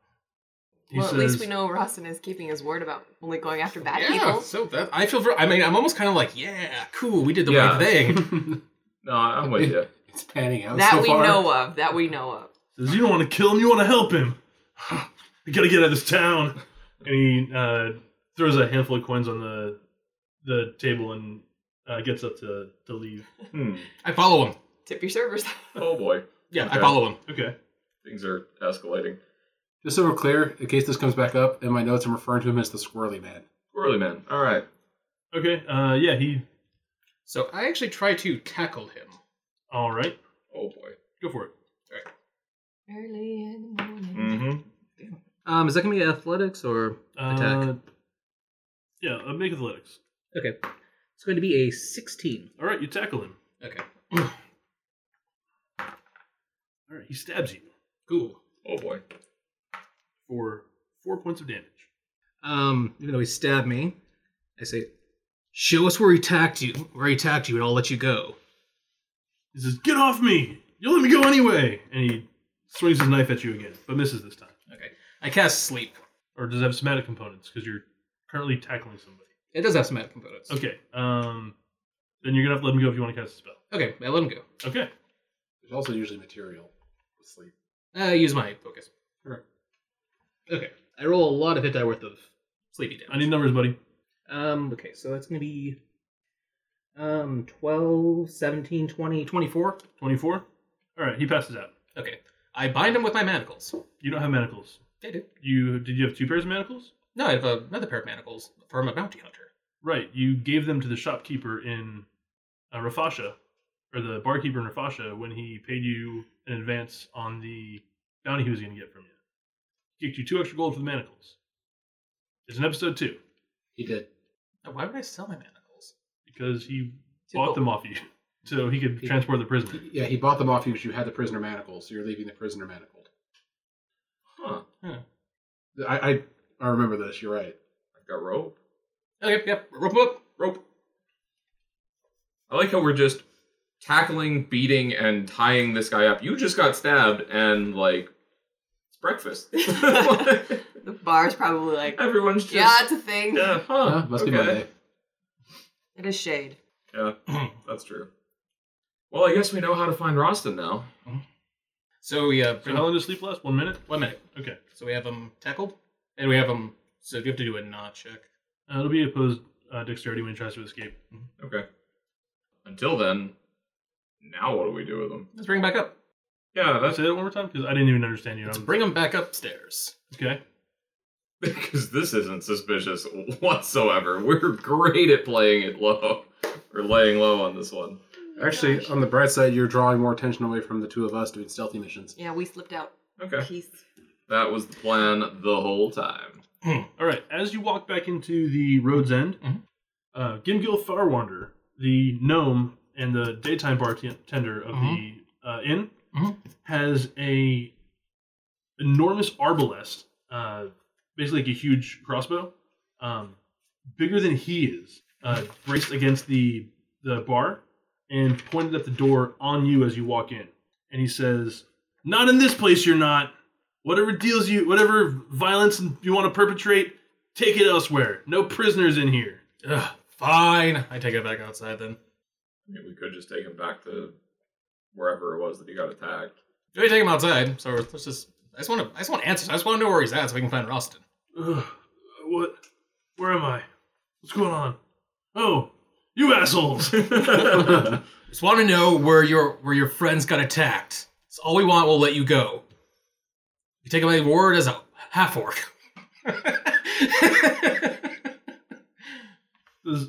Speaker 1: he
Speaker 4: well, at least
Speaker 1: says-
Speaker 4: we know Rostin is keeping his word about only going after bad
Speaker 2: yeah,
Speaker 4: people.
Speaker 2: so that I feel. ver- I mean, I'm almost kind of like, yeah, cool. We did the
Speaker 5: Yeah.
Speaker 2: right thing. (laughs)
Speaker 3: it's
Speaker 5: No, I'm with you.
Speaker 3: panning out
Speaker 4: That
Speaker 3: so
Speaker 4: we
Speaker 3: far.
Speaker 4: know of. That we know of.
Speaker 1: says, "You don't want to kill him. You want to help him. (sighs) I gotta get out of this town." And he uh, throws a handful of coins on the the table and uh, gets up to to leave.
Speaker 5: Hmm.
Speaker 2: I follow him.
Speaker 4: Tip your servers.
Speaker 5: Oh boy,
Speaker 2: Yeah, I
Speaker 5: Okay.
Speaker 2: follow him.
Speaker 1: Okay,
Speaker 5: things are escalating.
Speaker 3: Just so we're clear, in case this comes back up, in my notes I'm referring to him as the Squirrely Man.
Speaker 5: Squirrely man. All right.
Speaker 1: okay, uh, yeah. He
Speaker 2: So I actually try to tackle him.
Speaker 1: all right.
Speaker 5: Oh boy.
Speaker 1: Go for it.
Speaker 4: Early in the morning.
Speaker 5: Mm-hmm.
Speaker 2: Um, is that gonna be athletics or?
Speaker 1: Uh,
Speaker 2: Attack.
Speaker 1: yeah, uh, make athletics.
Speaker 2: Okay, it's going to be a 16.
Speaker 1: All right, you tackle him. (clears throat)
Speaker 2: Okay,
Speaker 1: All right, he stabs you
Speaker 2: cool.
Speaker 5: Oh boy.
Speaker 1: for four points of damage.
Speaker 2: Um, even though he stabbed me, I say, "Show us where he attacked you. Where he attacked you, and I'll let you go."
Speaker 1: He says, "Get off me! You'll let me go anyway." And he swings his knife at you again, but misses this time.
Speaker 2: Okay, I cast sleep.
Speaker 1: Or does it have somatic components because you're currently tackling somebody.
Speaker 2: It does have somatic components.
Speaker 1: Okay. Um, then you're gonna have to let him go if you want to cast a spell.
Speaker 2: okay, I let him go.
Speaker 1: Okay.
Speaker 3: It's also usually material. Sleep.
Speaker 2: Uh, use my focus.
Speaker 3: Sure.
Speaker 2: Okay. I roll a lot of hit die worth of sleepy damage.
Speaker 1: I need numbers, buddy.
Speaker 2: um, okay, so that's going to be um 12, 17, 20, 24.
Speaker 1: Twenty-four. All right. He passes out.
Speaker 2: Okay. I bind him with my manacles.
Speaker 1: You don't have manacles.
Speaker 2: I do.
Speaker 1: You did you have two pairs of manacles?
Speaker 2: No, I have another pair of manacles from a bounty hunter.
Speaker 1: Right. You gave them to the shopkeeper in uh, Rafasha, or the barkeeper in Rafasha when he paid you an advance on the bounty he was gonna get from you. He kicked you two extra gold for the manacles. It's in episode two
Speaker 3: He did.
Speaker 2: Now, Oh, why would I sell my manacles?
Speaker 1: because he
Speaker 4: Two
Speaker 1: bought
Speaker 4: gold.
Speaker 1: them off you (laughs) so he could
Speaker 3: He-
Speaker 1: transport the prisoner.
Speaker 3: Yeah, he bought them off you because you had the prisoner manacles, so you're leaving the prisoner manacled.
Speaker 5: Huh.
Speaker 3: I I, I remember this. You're right.
Speaker 5: I've got rope.
Speaker 2: Okay, yep. Rope him up.
Speaker 5: Rope. I like how we're just tackling, beating, and tying this guy up. You just got stabbed, and like it's breakfast.
Speaker 4: The bar's probably
Speaker 5: (laughs)
Speaker 4: like,
Speaker 5: Everyone's just
Speaker 4: yeah, it's a thing.
Speaker 5: Yeah, huh,
Speaker 3: Huh? Must
Speaker 5: okay.
Speaker 3: be Monday.
Speaker 4: It is shade.
Speaker 5: That's true. Well, I guess we know how to find Roston now.
Speaker 2: So we uh,
Speaker 1: So
Speaker 2: bring
Speaker 1: how long does sleep last? One minute.
Speaker 2: one minute.
Speaker 1: Okay.
Speaker 2: So we have him tackled, and we have him. So you have to do a knot check.
Speaker 1: Uh, it'll be opposed uh, dexterity when he tries to escape.
Speaker 5: Okay. Until then, now what do we do with them?
Speaker 2: Let's bring him back up.
Speaker 5: Yeah,
Speaker 1: Can I
Speaker 5: that's
Speaker 1: say that one more time because I didn't even understand you.
Speaker 2: Let's
Speaker 1: I'm-
Speaker 2: bring him back upstairs.
Speaker 1: okay.
Speaker 5: (laughs) because this isn't suspicious whatsoever. We're great at playing it low or laying low on this one.
Speaker 3: Actually, uh, on the bright side, you're drawing more attention away from the two of us doing stealthy missions.
Speaker 4: Yeah, we slipped out.
Speaker 5: Okay.
Speaker 4: Peace.
Speaker 5: That was the plan the whole time.
Speaker 2: Hmm.
Speaker 1: All right. As you walk back into the road's end,
Speaker 2: Mhm.
Speaker 1: uh, Gimgil Farwander, the gnome and the daytime bartender of the uh, inn,
Speaker 2: Mhm.
Speaker 1: has a enormous arbalest, uh, basically like a huge crossbow, um, bigger than he is, uh, braced against the the bar and pointed at the door on you as you walk in. And he says, "Not in this place, you're not." Whatever deals you, whatever violence you want to perpetrate, take it elsewhere. No prisoners in here.
Speaker 2: Ugh, fine. I take it back outside then.
Speaker 5: I mean, we could just take him back to wherever it was that he got (laughs) attacked.
Speaker 2: Do we take him outside? So let's just. I just want to. I just want answers. I just want to know where he's at so we can find Rostin.
Speaker 1: Ugh, what? Where am I? What's going on? Oh, you assholes! (laughs)
Speaker 2: Just want to know where your where your friends got attacked. It's all we want. We'll let you go. You take my word as a half orc.
Speaker 1: This-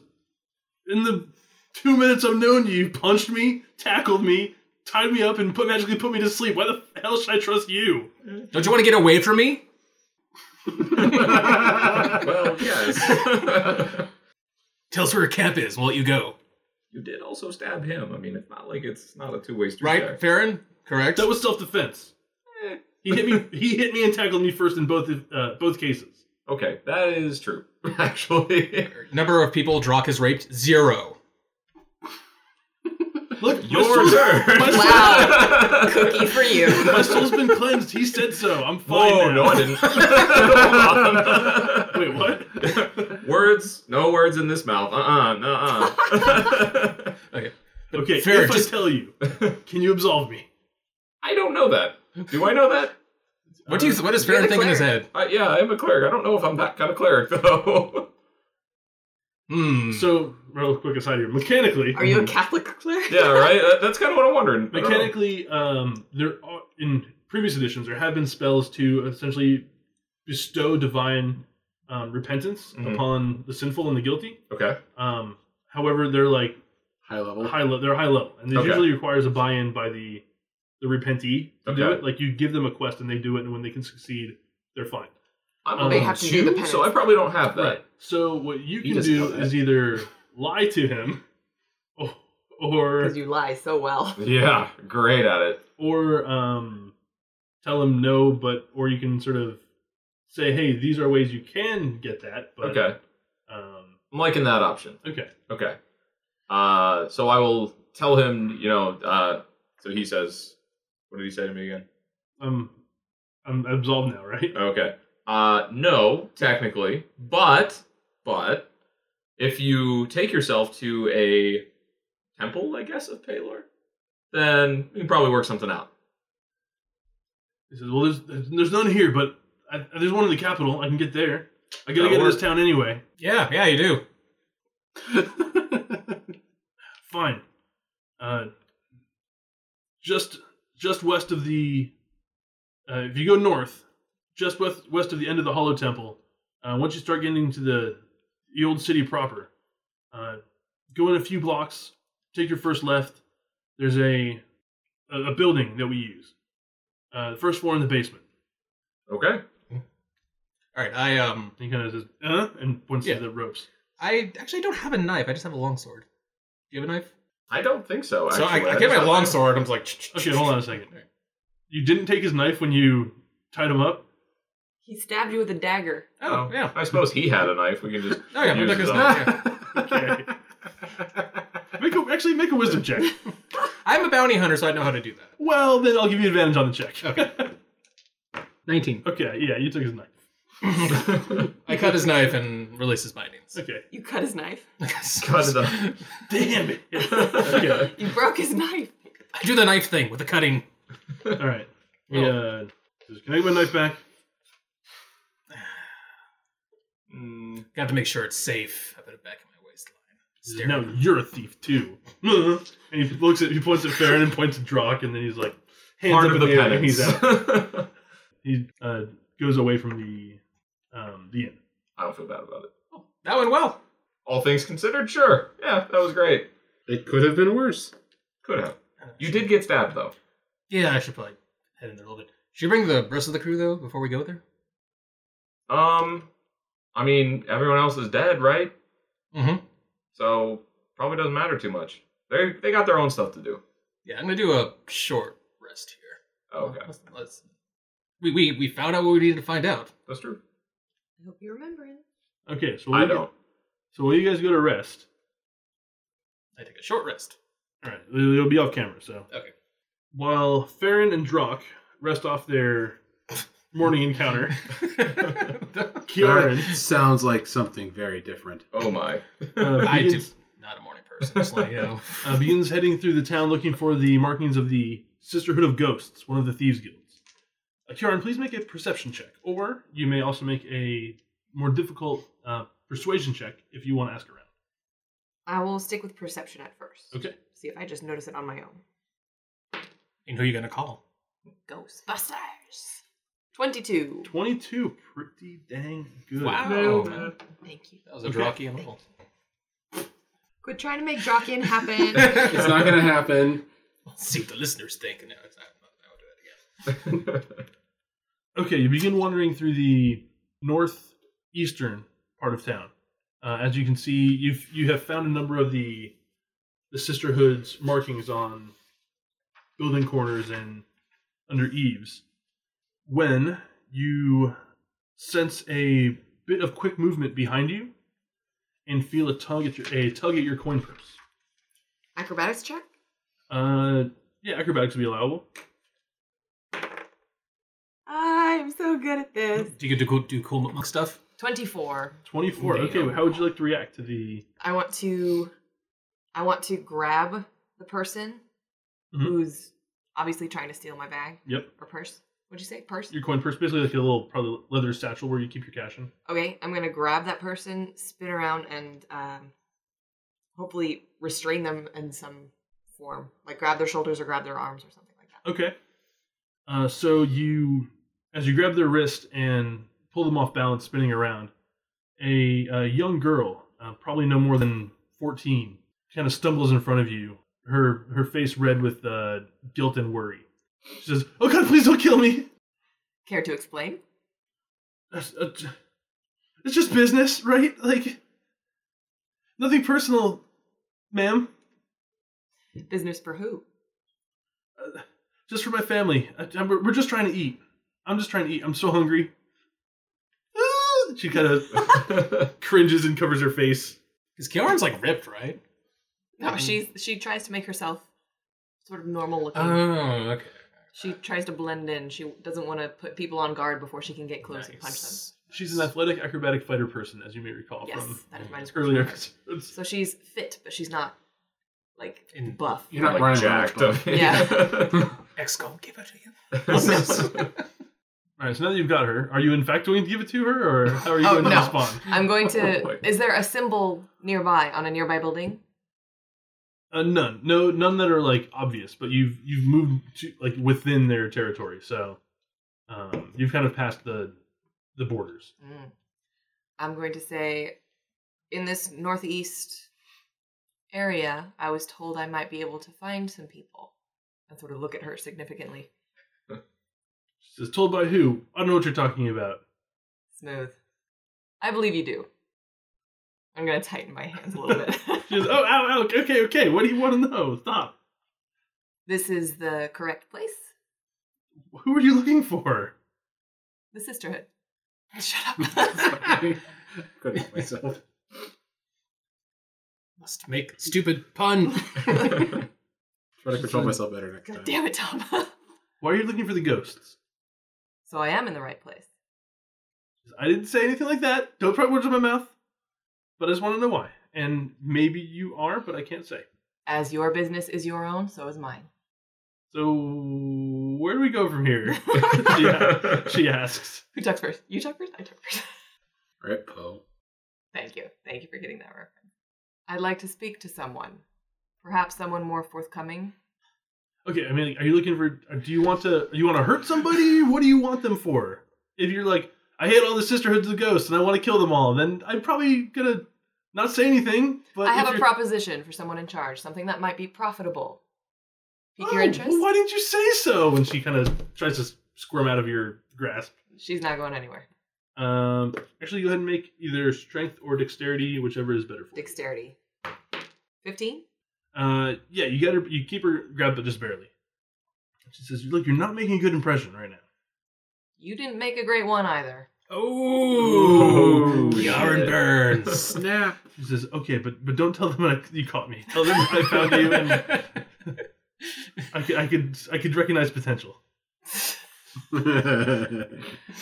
Speaker 1: in the two minutes I've known you, you punched me, tackled me, tied me up, and put magically put me to sleep. Why the hell should I trust you?
Speaker 2: Don't you want to get away from me?
Speaker 5: well, yes. (laughs)
Speaker 2: Tell us where your camp is. We'll let you go.
Speaker 5: you did also stab him. I mean, it's not like it's not a two way street.
Speaker 2: Right,
Speaker 5: there.
Speaker 2: Farron? Correct.
Speaker 5: Eh.
Speaker 1: That was self defense. He hit me. he hit me and tackled me first in both uh, both
Speaker 5: (laughs)
Speaker 1: cases.
Speaker 5: Okay, that is true. (laughs) Actually,
Speaker 2: Number of people Drock has raped zero.
Speaker 1: Look,
Speaker 5: (laughs) your
Speaker 1: my soul-
Speaker 5: turn.
Speaker 1: my
Speaker 5: (laughs)
Speaker 4: Wow. Cookie for you.
Speaker 1: My soul's been cleansed. He said so. I'm fine.
Speaker 5: Whoa,
Speaker 1: now.
Speaker 5: Oh, no, I (laughs) didn't.
Speaker 1: (laughs) Wait, what?
Speaker 5: Words, no words in this mouth. Uh uh,
Speaker 4: (laughs)
Speaker 5: uh uh.
Speaker 1: Okay,
Speaker 2: Fair,
Speaker 1: if
Speaker 2: just-
Speaker 1: I tell
Speaker 5: (laughs)
Speaker 1: you, can you absolve me?
Speaker 5: I don't know that. Do I know that?
Speaker 2: What do you? What does
Speaker 4: You're
Speaker 2: Farron
Speaker 4: the
Speaker 2: think in his head?
Speaker 5: Uh, yeah, I'm a cleric. I don't know if I'm that kind of cleric, (laughs) though.
Speaker 2: Hmm.
Speaker 1: So, real quick aside here. Mechanically,
Speaker 4: Are you a Catholic
Speaker 5: (laughs)
Speaker 4: (laughs) cleric?
Speaker 5: yeah, right? That, that's kind of what I'm wondering. I don't
Speaker 1: (laughs)
Speaker 5: know.
Speaker 1: mechanically, um, there are, in previous editions there have been spells to essentially bestow divine um, repentance
Speaker 5: Mhm.
Speaker 1: upon the sinful and the guilty.
Speaker 5: Okay.
Speaker 1: Um, however, they're like
Speaker 3: High level.
Speaker 1: high level. They're high level, and it
Speaker 5: Okay.
Speaker 1: usually requires a buy-in by the the repentee to do
Speaker 5: Okay.
Speaker 1: it. Like you give them a quest and they do it, and when they can succeed, they're fine.
Speaker 5: I'm
Speaker 1: They
Speaker 5: a
Speaker 1: have
Speaker 4: to do the
Speaker 5: Jew,
Speaker 4: penance.
Speaker 5: so I probably don't have that.
Speaker 1: Right. So what you
Speaker 3: He
Speaker 1: can
Speaker 3: doesn't know
Speaker 1: do
Speaker 3: that.
Speaker 1: is either lie to him, (laughs) or or,
Speaker 4: Because you lie so well.
Speaker 5: Yeah, great at it.
Speaker 1: or um, tell him no, but or you can sort of say, hey, these are ways you can get that. But,
Speaker 5: Okay.
Speaker 1: Um,
Speaker 5: I'm liking that option.
Speaker 1: okay.
Speaker 5: Okay. Uh, so I will tell him, you know, uh, so he says, what did he say to me again?
Speaker 1: Um, I'm absolved now, right?
Speaker 5: Okay. Uh, no, technically, but, but, if you take yourself to a temple, I guess, of Paylor, then we can probably work something out.
Speaker 1: He says, well, there's there's none here, but I, there's one in the capital. I can get there. I gotta
Speaker 5: That'll
Speaker 1: get to this
Speaker 5: work.
Speaker 1: town anyway.
Speaker 2: Yeah, yeah, you do.
Speaker 1: Fine. Uh, just just west of the, uh, if you go north, just west west of the end of the Hollow Temple. Uh, once you start getting to the the old city proper, uh, go in a few blocks, take your first left. There's a a, a building that we use. Uh, the first floor in the basement.
Speaker 5: Okay.
Speaker 2: All right, I um,
Speaker 1: And he kind of says, "Uh," and points
Speaker 2: Yeah.
Speaker 1: to the ropes.
Speaker 2: I actually don't have a knife. I just have a longsword. Do you have a knife?
Speaker 5: I don't think so, actually.
Speaker 2: so I, I
Speaker 5: just
Speaker 2: get my
Speaker 5: have-
Speaker 2: longsword. I'm just like,
Speaker 1: Okay, hold on a second. You didn't take his knife when you tied him up.
Speaker 4: He stabbed you with a dagger.
Speaker 2: Oh, yeah.
Speaker 5: I suppose he had a knife. We
Speaker 1: (laughs)
Speaker 5: can just.
Speaker 2: Oh yeah, I'm
Speaker 5: use
Speaker 2: not
Speaker 5: his
Speaker 2: gonna-
Speaker 5: own.
Speaker 2: yeah.
Speaker 1: Okay. Make a, actually, make a wisdom check.
Speaker 2: I'm a bounty hunter, so I know how to do that.
Speaker 1: Well, then I'll give you advantage on the check.
Speaker 2: Okay. Nineteen.
Speaker 1: (laughs) Okay, yeah, you took his knife.
Speaker 2: I cut his knife and release his bindings. (laughs)
Speaker 1: Okay.
Speaker 4: You cut his knife.
Speaker 5: Cut it
Speaker 1: (laughs)
Speaker 5: up.
Speaker 1: Damn it. okay.
Speaker 4: You broke his knife.
Speaker 2: I do the knife thing with the cutting.
Speaker 1: All right. (laughs) Yeah. can I get my knife back?
Speaker 5: Mm,
Speaker 2: Got to make sure it's safe. I put it back in my waistline.
Speaker 1: He says,
Speaker 2: Stare.
Speaker 1: No, you're a thief too. (laughs) and he looks at he points at Farron and points at Drock, and then he's like, hands
Speaker 5: Part
Speaker 1: up
Speaker 5: of
Speaker 1: in
Speaker 5: the
Speaker 1: air, and he's
Speaker 5: penance.
Speaker 1: out.
Speaker 5: (laughs) I
Speaker 1: He uh, goes away from the um, the inn.
Speaker 5: don't feel bad about it.
Speaker 2: That went well.
Speaker 5: All things considered, sure. Yeah, that was great.
Speaker 3: (laughs) It could have been worse.
Speaker 5: Could have. You did get stabbed though.
Speaker 2: Yeah, I should probably head in there a little bit. Should you bring the rest of the crew though before we go there?
Speaker 5: Um, I mean, everyone else is dead, right?
Speaker 2: Mm-hmm.
Speaker 5: So probably doesn't matter too much. They they got their own stuff to do.
Speaker 2: Yeah, I'm gonna do a short rest here.
Speaker 5: Oh, Okay,
Speaker 2: Let's, let's- we, we we found out what we needed to find out.
Speaker 5: that's true.
Speaker 4: I hope you remember it.
Speaker 1: Okay, so
Speaker 5: I
Speaker 1: while you-
Speaker 5: don't.
Speaker 1: so while you guys go to rest,
Speaker 2: I take a short rest.
Speaker 1: all right, it'll it'll be off camera. So
Speaker 2: Okay.
Speaker 1: while Farron and Drock rest off their (laughs) morning encounter, Kieran
Speaker 3: That sounds like something very different.
Speaker 5: Oh my.
Speaker 1: uh,
Speaker 2: (laughs) I do
Speaker 1: begins-
Speaker 2: not a morning person. Just like, you know.
Speaker 1: uh, begins heading through the town looking for the markings of the Sisterhood of Ghosts, one of the thieves' guilds. Uh, Kieran, please make a perception check, or you may also make a more difficult uh, persuasion check if you want to ask around.
Speaker 4: I will stick with perception at first.
Speaker 1: Okay.
Speaker 4: See if I just notice it on my own.
Speaker 2: and who are you gonna call?
Speaker 4: Ghostbusters. 22.
Speaker 1: Twenty-two, pretty dang good.
Speaker 2: Wow. Oh, man.
Speaker 4: Oh, Thank you.
Speaker 2: That was a
Speaker 1: Okay.
Speaker 2: rocky and roll.
Speaker 4: Quit trying to make Jockian happen.
Speaker 3: (laughs) It's not going to happen.
Speaker 2: Let's see what the listeners think. No, it's not, I won't do that again.
Speaker 1: Okay, you begin wandering through the northeastern part of town. Uh, as you can see, you've you have found a number of the the sisterhood's markings on building corners and under eaves. when you sense a bit of quick movement behind you and feel a tug at your a tug at your coin purse.
Speaker 4: Acrobatics check?
Speaker 1: Uh, yeah, acrobatics would be allowable.
Speaker 4: I'm so good at this.
Speaker 2: Do you get to go do cool monk stuff?
Speaker 4: 24.
Speaker 1: Twenty-four. Okay,
Speaker 2: Damn.
Speaker 1: how would you like to react to the?
Speaker 4: I want to I want to grab the person
Speaker 1: Mhm.
Speaker 4: who's obviously trying to steal my bag
Speaker 1: Yep,
Speaker 4: or purse. What'd you say? Purse?
Speaker 1: your coin purse, basically like a little probably leather satchel where you keep your cash in.
Speaker 4: Okay, I'm gonna grab that person, spin around, and um, hopefully restrain them in some form, like grab their shoulders or grab their arms or something like that.
Speaker 1: Okay. Uh, so you, as you grab their wrist and pull them off balance, spinning around, a, uh young girl, uh, probably no more than fourteen, kind of stumbles in front of you. Her her face red with uh, guilt and worry. She says, "Oh God, please don't kill me.
Speaker 4: Care to explain?
Speaker 1: That's- uh, j- It's just business, right? Like nothing personal, ma'am.
Speaker 4: Business for who?
Speaker 1: Just for my family. I, I'm- we're we're just trying to eat. I'm just trying to eat. I'm so hungry." Ah, She kind
Speaker 4: (laughs)
Speaker 1: of cringes and covers her face.
Speaker 2: Because Kiaran's like ripped, right?
Speaker 5: Mm-hmm.
Speaker 4: No, she's she tries to make herself sort of normal looking.
Speaker 5: Uh-huh.
Speaker 2: Oh, okay.
Speaker 4: she tries to blend in. She doesn't want to put people on guard before she can get close and punch them.
Speaker 2: Nice.
Speaker 1: She's an athletic, acrobatic fighter person, as you may recall
Speaker 4: Yes,
Speaker 1: from
Speaker 4: that is my description.
Speaker 1: earlier
Speaker 4: of her.
Speaker 1: episodes.
Speaker 4: So she's fit, but she's not like
Speaker 2: In-
Speaker 5: (laughs)
Speaker 4: buff.
Speaker 3: (laughs) You're not
Speaker 4: Like,
Speaker 3: Ryan Reynolds,
Speaker 5: Jacked
Speaker 3: but-
Speaker 5: up.
Speaker 2: XCOM, give it to you.
Speaker 1: All right, so now that you've got her, are you in fact going to give it to her, or how are you
Speaker 4: Oh,
Speaker 1: going to
Speaker 4: no.
Speaker 1: respond?
Speaker 4: I'm going to.
Speaker 5: Oh, boy.
Speaker 4: is there a symbol nearby on a nearby building?
Speaker 1: Uh, none, no, none that are like obvious, but you've you've moved to like within their territory, so um, you've kind of passed the the borders.
Speaker 4: Mm. I'm going to say, in this northeast area, I was told I might be able to find some people. And sort of look at her significantly.
Speaker 1: She says, "Told by who? I don't know what you're talking about."
Speaker 4: Smooth. I believe you do. I'm going to tighten my hands a
Speaker 1: (laughs)
Speaker 4: little
Speaker 1: She says,
Speaker 4: bit.
Speaker 1: "Oh, ow, ow, okay, okay. What do you want to know? Stop.
Speaker 4: (laughs) this is the correct place.
Speaker 1: Who are you looking for?"
Speaker 4: The sisterhood. (laughs) Shut
Speaker 1: (laughs)
Speaker 4: up. (laughs)
Speaker 3: (laughs) Couldn't help myself.
Speaker 2: Must make stupid
Speaker 4: (laughs)
Speaker 2: pun.
Speaker 5: (laughs)
Speaker 3: Try to control myself better next
Speaker 4: God
Speaker 3: time.
Speaker 4: damn it, Tom. (laughs)
Speaker 1: Why are you looking for the ghosts?
Speaker 4: so I am in the right place.
Speaker 1: I didn't say anything like that. Don't put words in my mouth. But I just want to know why. And maybe you are, but I can't say.
Speaker 4: As your business is your own, so
Speaker 1: (laughs)
Speaker 4: is mine.
Speaker 1: So where do we go from
Speaker 3: (laughs)
Speaker 1: here?
Speaker 5: Yeah.
Speaker 1: she asks.
Speaker 4: (laughs) Who talks first? You talk first? I talk first. (laughs)
Speaker 3: Right, Poe.
Speaker 4: Thank you. Thank you for getting that reference. I'd like to speak to someone. Perhaps someone more forthcoming.
Speaker 1: Okay, I mean, are you looking for? uh, Do you want to? You want to hurt somebody? What do you want them for? If you're like, I hate all the sisterhoods of the ghosts, and I want to kill them all, then I'm probably gonna not say anything. But
Speaker 4: I have
Speaker 1: if
Speaker 4: a
Speaker 1: you're-
Speaker 4: proposition for someone in charge, something that might be profitable. Pique your
Speaker 1: Oh,
Speaker 4: interest?
Speaker 1: Why didn't you say so? And she kind of tries to squirm out of your grasp.
Speaker 4: She's not going anywhere.
Speaker 1: Um, actually, go ahead and make either strength or dexterity, whichever is better for you.
Speaker 4: Dexterity. 15?
Speaker 1: Uh, yeah, you got her. You keep her grabbed, but just barely. She says, "Look, you're not making a good impression right now."
Speaker 4: You didn't make a great one either.
Speaker 2: Oh,
Speaker 5: Oh,
Speaker 2: Kiaran
Speaker 5: shit.
Speaker 2: (laughs) Burns.
Speaker 3: (laughs) Snap.
Speaker 1: She says, "Okay, but but don't tell them I, you caught me. Tell them I found you,
Speaker 2: (laughs)
Speaker 1: and I could I could I could recognize potential."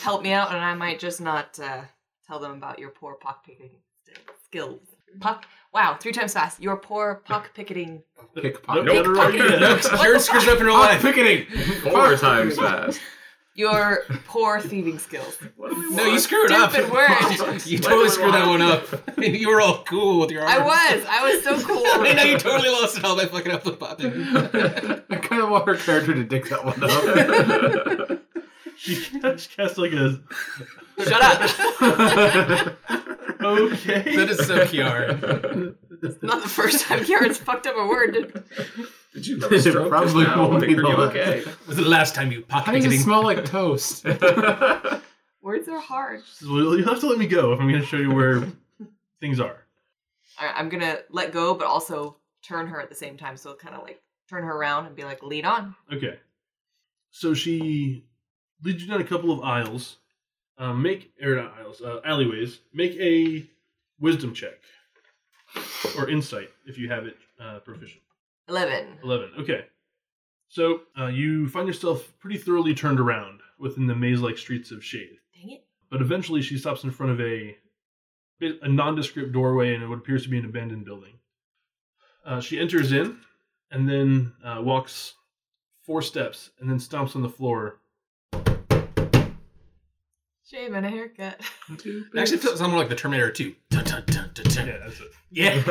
Speaker 4: Help me out, and I might just not uh, tell them about your poor pockpicketing skills. Pock. Wow, three times fast. Your poor pockpicketing.
Speaker 3: Pickpocket. (laughs)
Speaker 1: Nope.
Speaker 4: Nope.
Speaker 1: Got it
Speaker 2: (laughs)
Speaker 1: right.
Speaker 4: Nope.
Speaker 2: Kiaran screws up in real
Speaker 3: Oh,
Speaker 2: life.
Speaker 3: picketing.
Speaker 5: (laughs) Four times fast.
Speaker 4: Your poor thieving skills.
Speaker 5: What do we
Speaker 2: No, you screwed up.
Speaker 4: Stupid word.
Speaker 2: (laughs) you totally
Speaker 5: Why do I
Speaker 2: screwed that one
Speaker 5: want-
Speaker 2: up. (laughs) you were all cool with your arms.
Speaker 4: I was. I was so cool.
Speaker 2: (laughs) I know you totally lost it all by fucking up the button.
Speaker 3: I kind of want her character to dig that one up. (laughs)
Speaker 1: She casts, casts like a
Speaker 2: (laughs)
Speaker 4: Shut
Speaker 3: (laughs)
Speaker 4: up.
Speaker 1: okay.
Speaker 2: that is so (laughs) Kiaran.
Speaker 4: Not the first time Karen's fucked up a word.
Speaker 5: Did you have a stroke
Speaker 3: Probably
Speaker 5: just now?
Speaker 3: won't
Speaker 5: Like,
Speaker 3: be
Speaker 5: are you
Speaker 3: the
Speaker 5: okay?
Speaker 2: Was the last time you
Speaker 3: How does it
Speaker 2: pockpicketing?
Speaker 3: smell like (laughs) toast?
Speaker 4: Words are hard.
Speaker 1: She says, well, you have to let me go if I'm going to show you where things are.
Speaker 4: All right, I'm gonna let go, but also turn her at the same time. So kind of like turn her around and be like, lead on.
Speaker 1: Okay. So she leads you down a couple of aisles. Uh, make or not aisles, uh, alleyways. Make a wisdom check or insight if you have it uh, proficient.
Speaker 4: 11.
Speaker 1: 11. Okay. So uh, you find yourself pretty thoroughly turned around within the maze like streets of Shade.
Speaker 4: Dang it.
Speaker 1: But eventually she stops in front of a, a nondescript doorway in what appears to be an abandoned building. Uh, she enters in and then uh, walks four steps and then stomps on the floor.
Speaker 4: Shave and a haircut.
Speaker 1: Hmm.
Speaker 2: It
Speaker 5: (laughs)
Speaker 2: actually felt sounded like the Terminator 2. Dun, dun, dun, dun, dun.
Speaker 1: Yeah, that's it.
Speaker 2: Yeah. (laughs)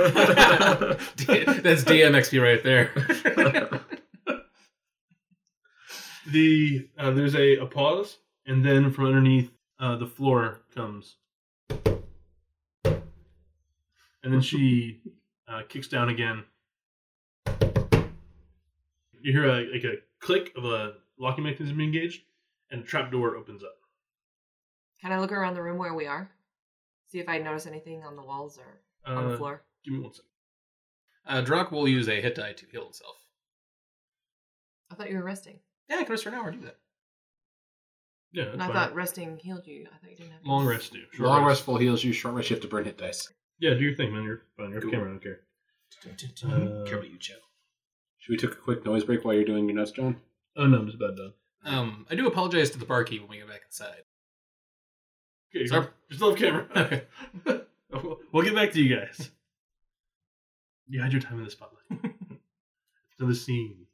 Speaker 2: That's DMXP right there. (laughs)
Speaker 1: The uh, there's a, a pause, and then from underneath uh, the floor comes, and then she uh, kicks down again. You hear a, like a click of a locking mechanism being engaged, and a trap door opens up.
Speaker 4: (laughs) Can I look around the room where we are? See if I notice anything on the walls or on the
Speaker 1: Uh,
Speaker 4: floor.
Speaker 1: give me one second.
Speaker 2: uh, Drock will use a hit die to heal himself.
Speaker 4: I thought you were resting.
Speaker 2: Yeah, I can rest for an hour and do that.
Speaker 1: Yeah, that's
Speaker 4: And I
Speaker 1: fine.
Speaker 4: thought resting healed you. I thought you didn't have
Speaker 1: long rest do. Short
Speaker 3: Long rest full heals you, short rest you have to burn hit dice.
Speaker 1: Yeah, do your thing, man. You're fine. You're off camera. I don't care. Uh,
Speaker 2: Um,
Speaker 5: Careful, you Joe.
Speaker 3: Should we take a quick noise break while you're doing your notes, John?
Speaker 1: Oh no, I'm just about done.
Speaker 2: Um, I do apologize to the barkeep when we get back inside.
Speaker 1: Okay, you're,
Speaker 2: Sorry.
Speaker 1: you're still off camera. (laughs) Okay. we'll, we'll get back to you guys. You had your time in the spotlight. (laughs) it's another scene.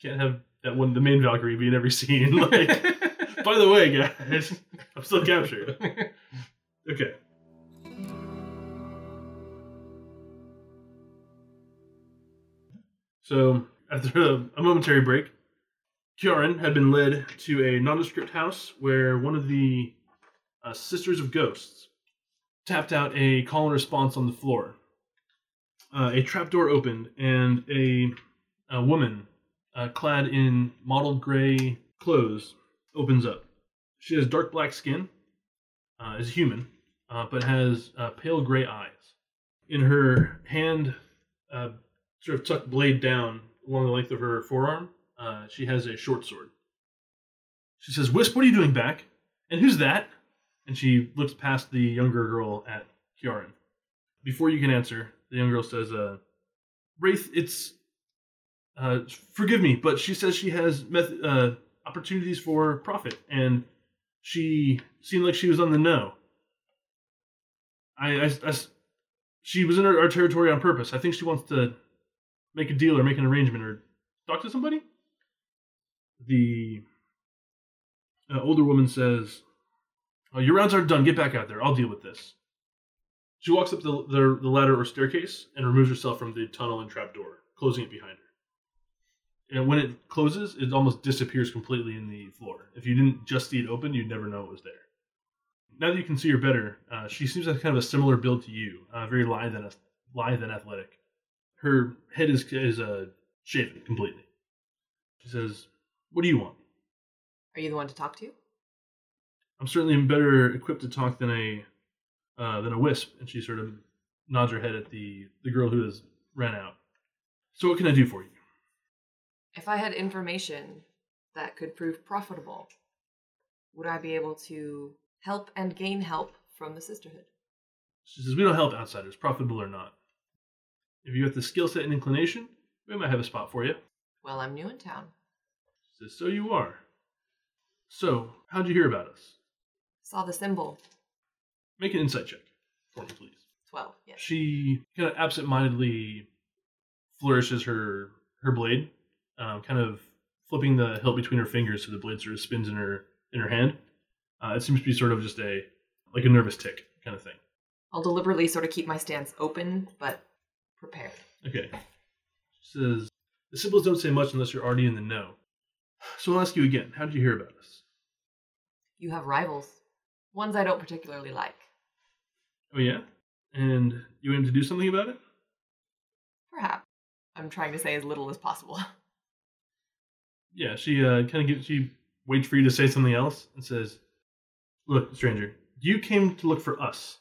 Speaker 1: Can't have that one, the main Valkyrie, be in every scene. (laughs) Like, by the way, guys, I'm still captured. Okay. So, after a, a momentary break, Kieran had been led to a nondescript house where one of the uh, Sisters of Ghosts tapped out a call and response on the floor. Uh, a trapdoor opened, and a, a woman uh, clad in mottled gray clothes opens up. She has dark black skin, uh, is human, uh, but has uh, pale gray eyes. In her hand, uh, sort of tucked blade down along the length of her forearm, uh, she has a short sword. She says, Wisp, what are you doing back? And who's that? And she looks past the younger girl at Kieran. Before you can answer, the young girl says, uh, Wraith, it's. Uh, forgive me, but she says she has meth- uh, opportunities for profit, and she seemed like she was on the know. I, I, I s- she was in our, our territory on purpose. I think she wants to make a deal or make an arrangement or talk to somebody. The uh, older woman says, oh, "Your rounds are done. Get back out there. I'll deal with this." She walks up the, the the ladder or staircase and removes herself from the tunnel and trapdoor, closing it behind her. And when it closes, it almost disappears completely in the floor. If you didn't just see it open, you'd never know it was there. Now that you can see her better, uh, she seems like kind of a similar build to you, uh, very lithe and lithe and athletic. Her head is is uh, shaven completely. She says, "What do you want?"
Speaker 4: Are you the one to talk to?
Speaker 1: I'm certainly better equipped to talk than a uh, than a wisp. And she sort of nods her head at the the girl who has ran out. So what can I do for you?
Speaker 4: If I had information that could prove profitable, would I be able to help and gain help from the sisterhood?
Speaker 1: She says we don't help outsiders, profitable or not. If you got the skill set and inclination, we might have a spot for you.
Speaker 4: Well, I'm new in town.
Speaker 1: She says so you are. So how'd you hear about us?
Speaker 4: Saw the symbol.
Speaker 1: Make an insight check for me, please.
Speaker 4: 12. Yes.
Speaker 1: She kind of absentmindedly flourishes her her blade, um, kind of flipping the hilt between her fingers so the blade sort of spins in her in her hand. Uh, it seems to be sort of just a like a nervous tick kind of thing.
Speaker 4: I'll deliberately sort of keep my stance open, but prepared.
Speaker 1: Okay. She says the symbols don't say much unless you're already in the know. (sighs) So I'll ask you again. How did you hear about us?
Speaker 4: You have rivals. Ones I don't particularly like.
Speaker 1: Oh yeah, and you aim to do something about it?
Speaker 4: Perhaps. I'm trying to say as little as possible. (laughs)
Speaker 1: Yeah, she uh, kind of gives. She waits for you to say something else and says, "Look, stranger, you came to look for us."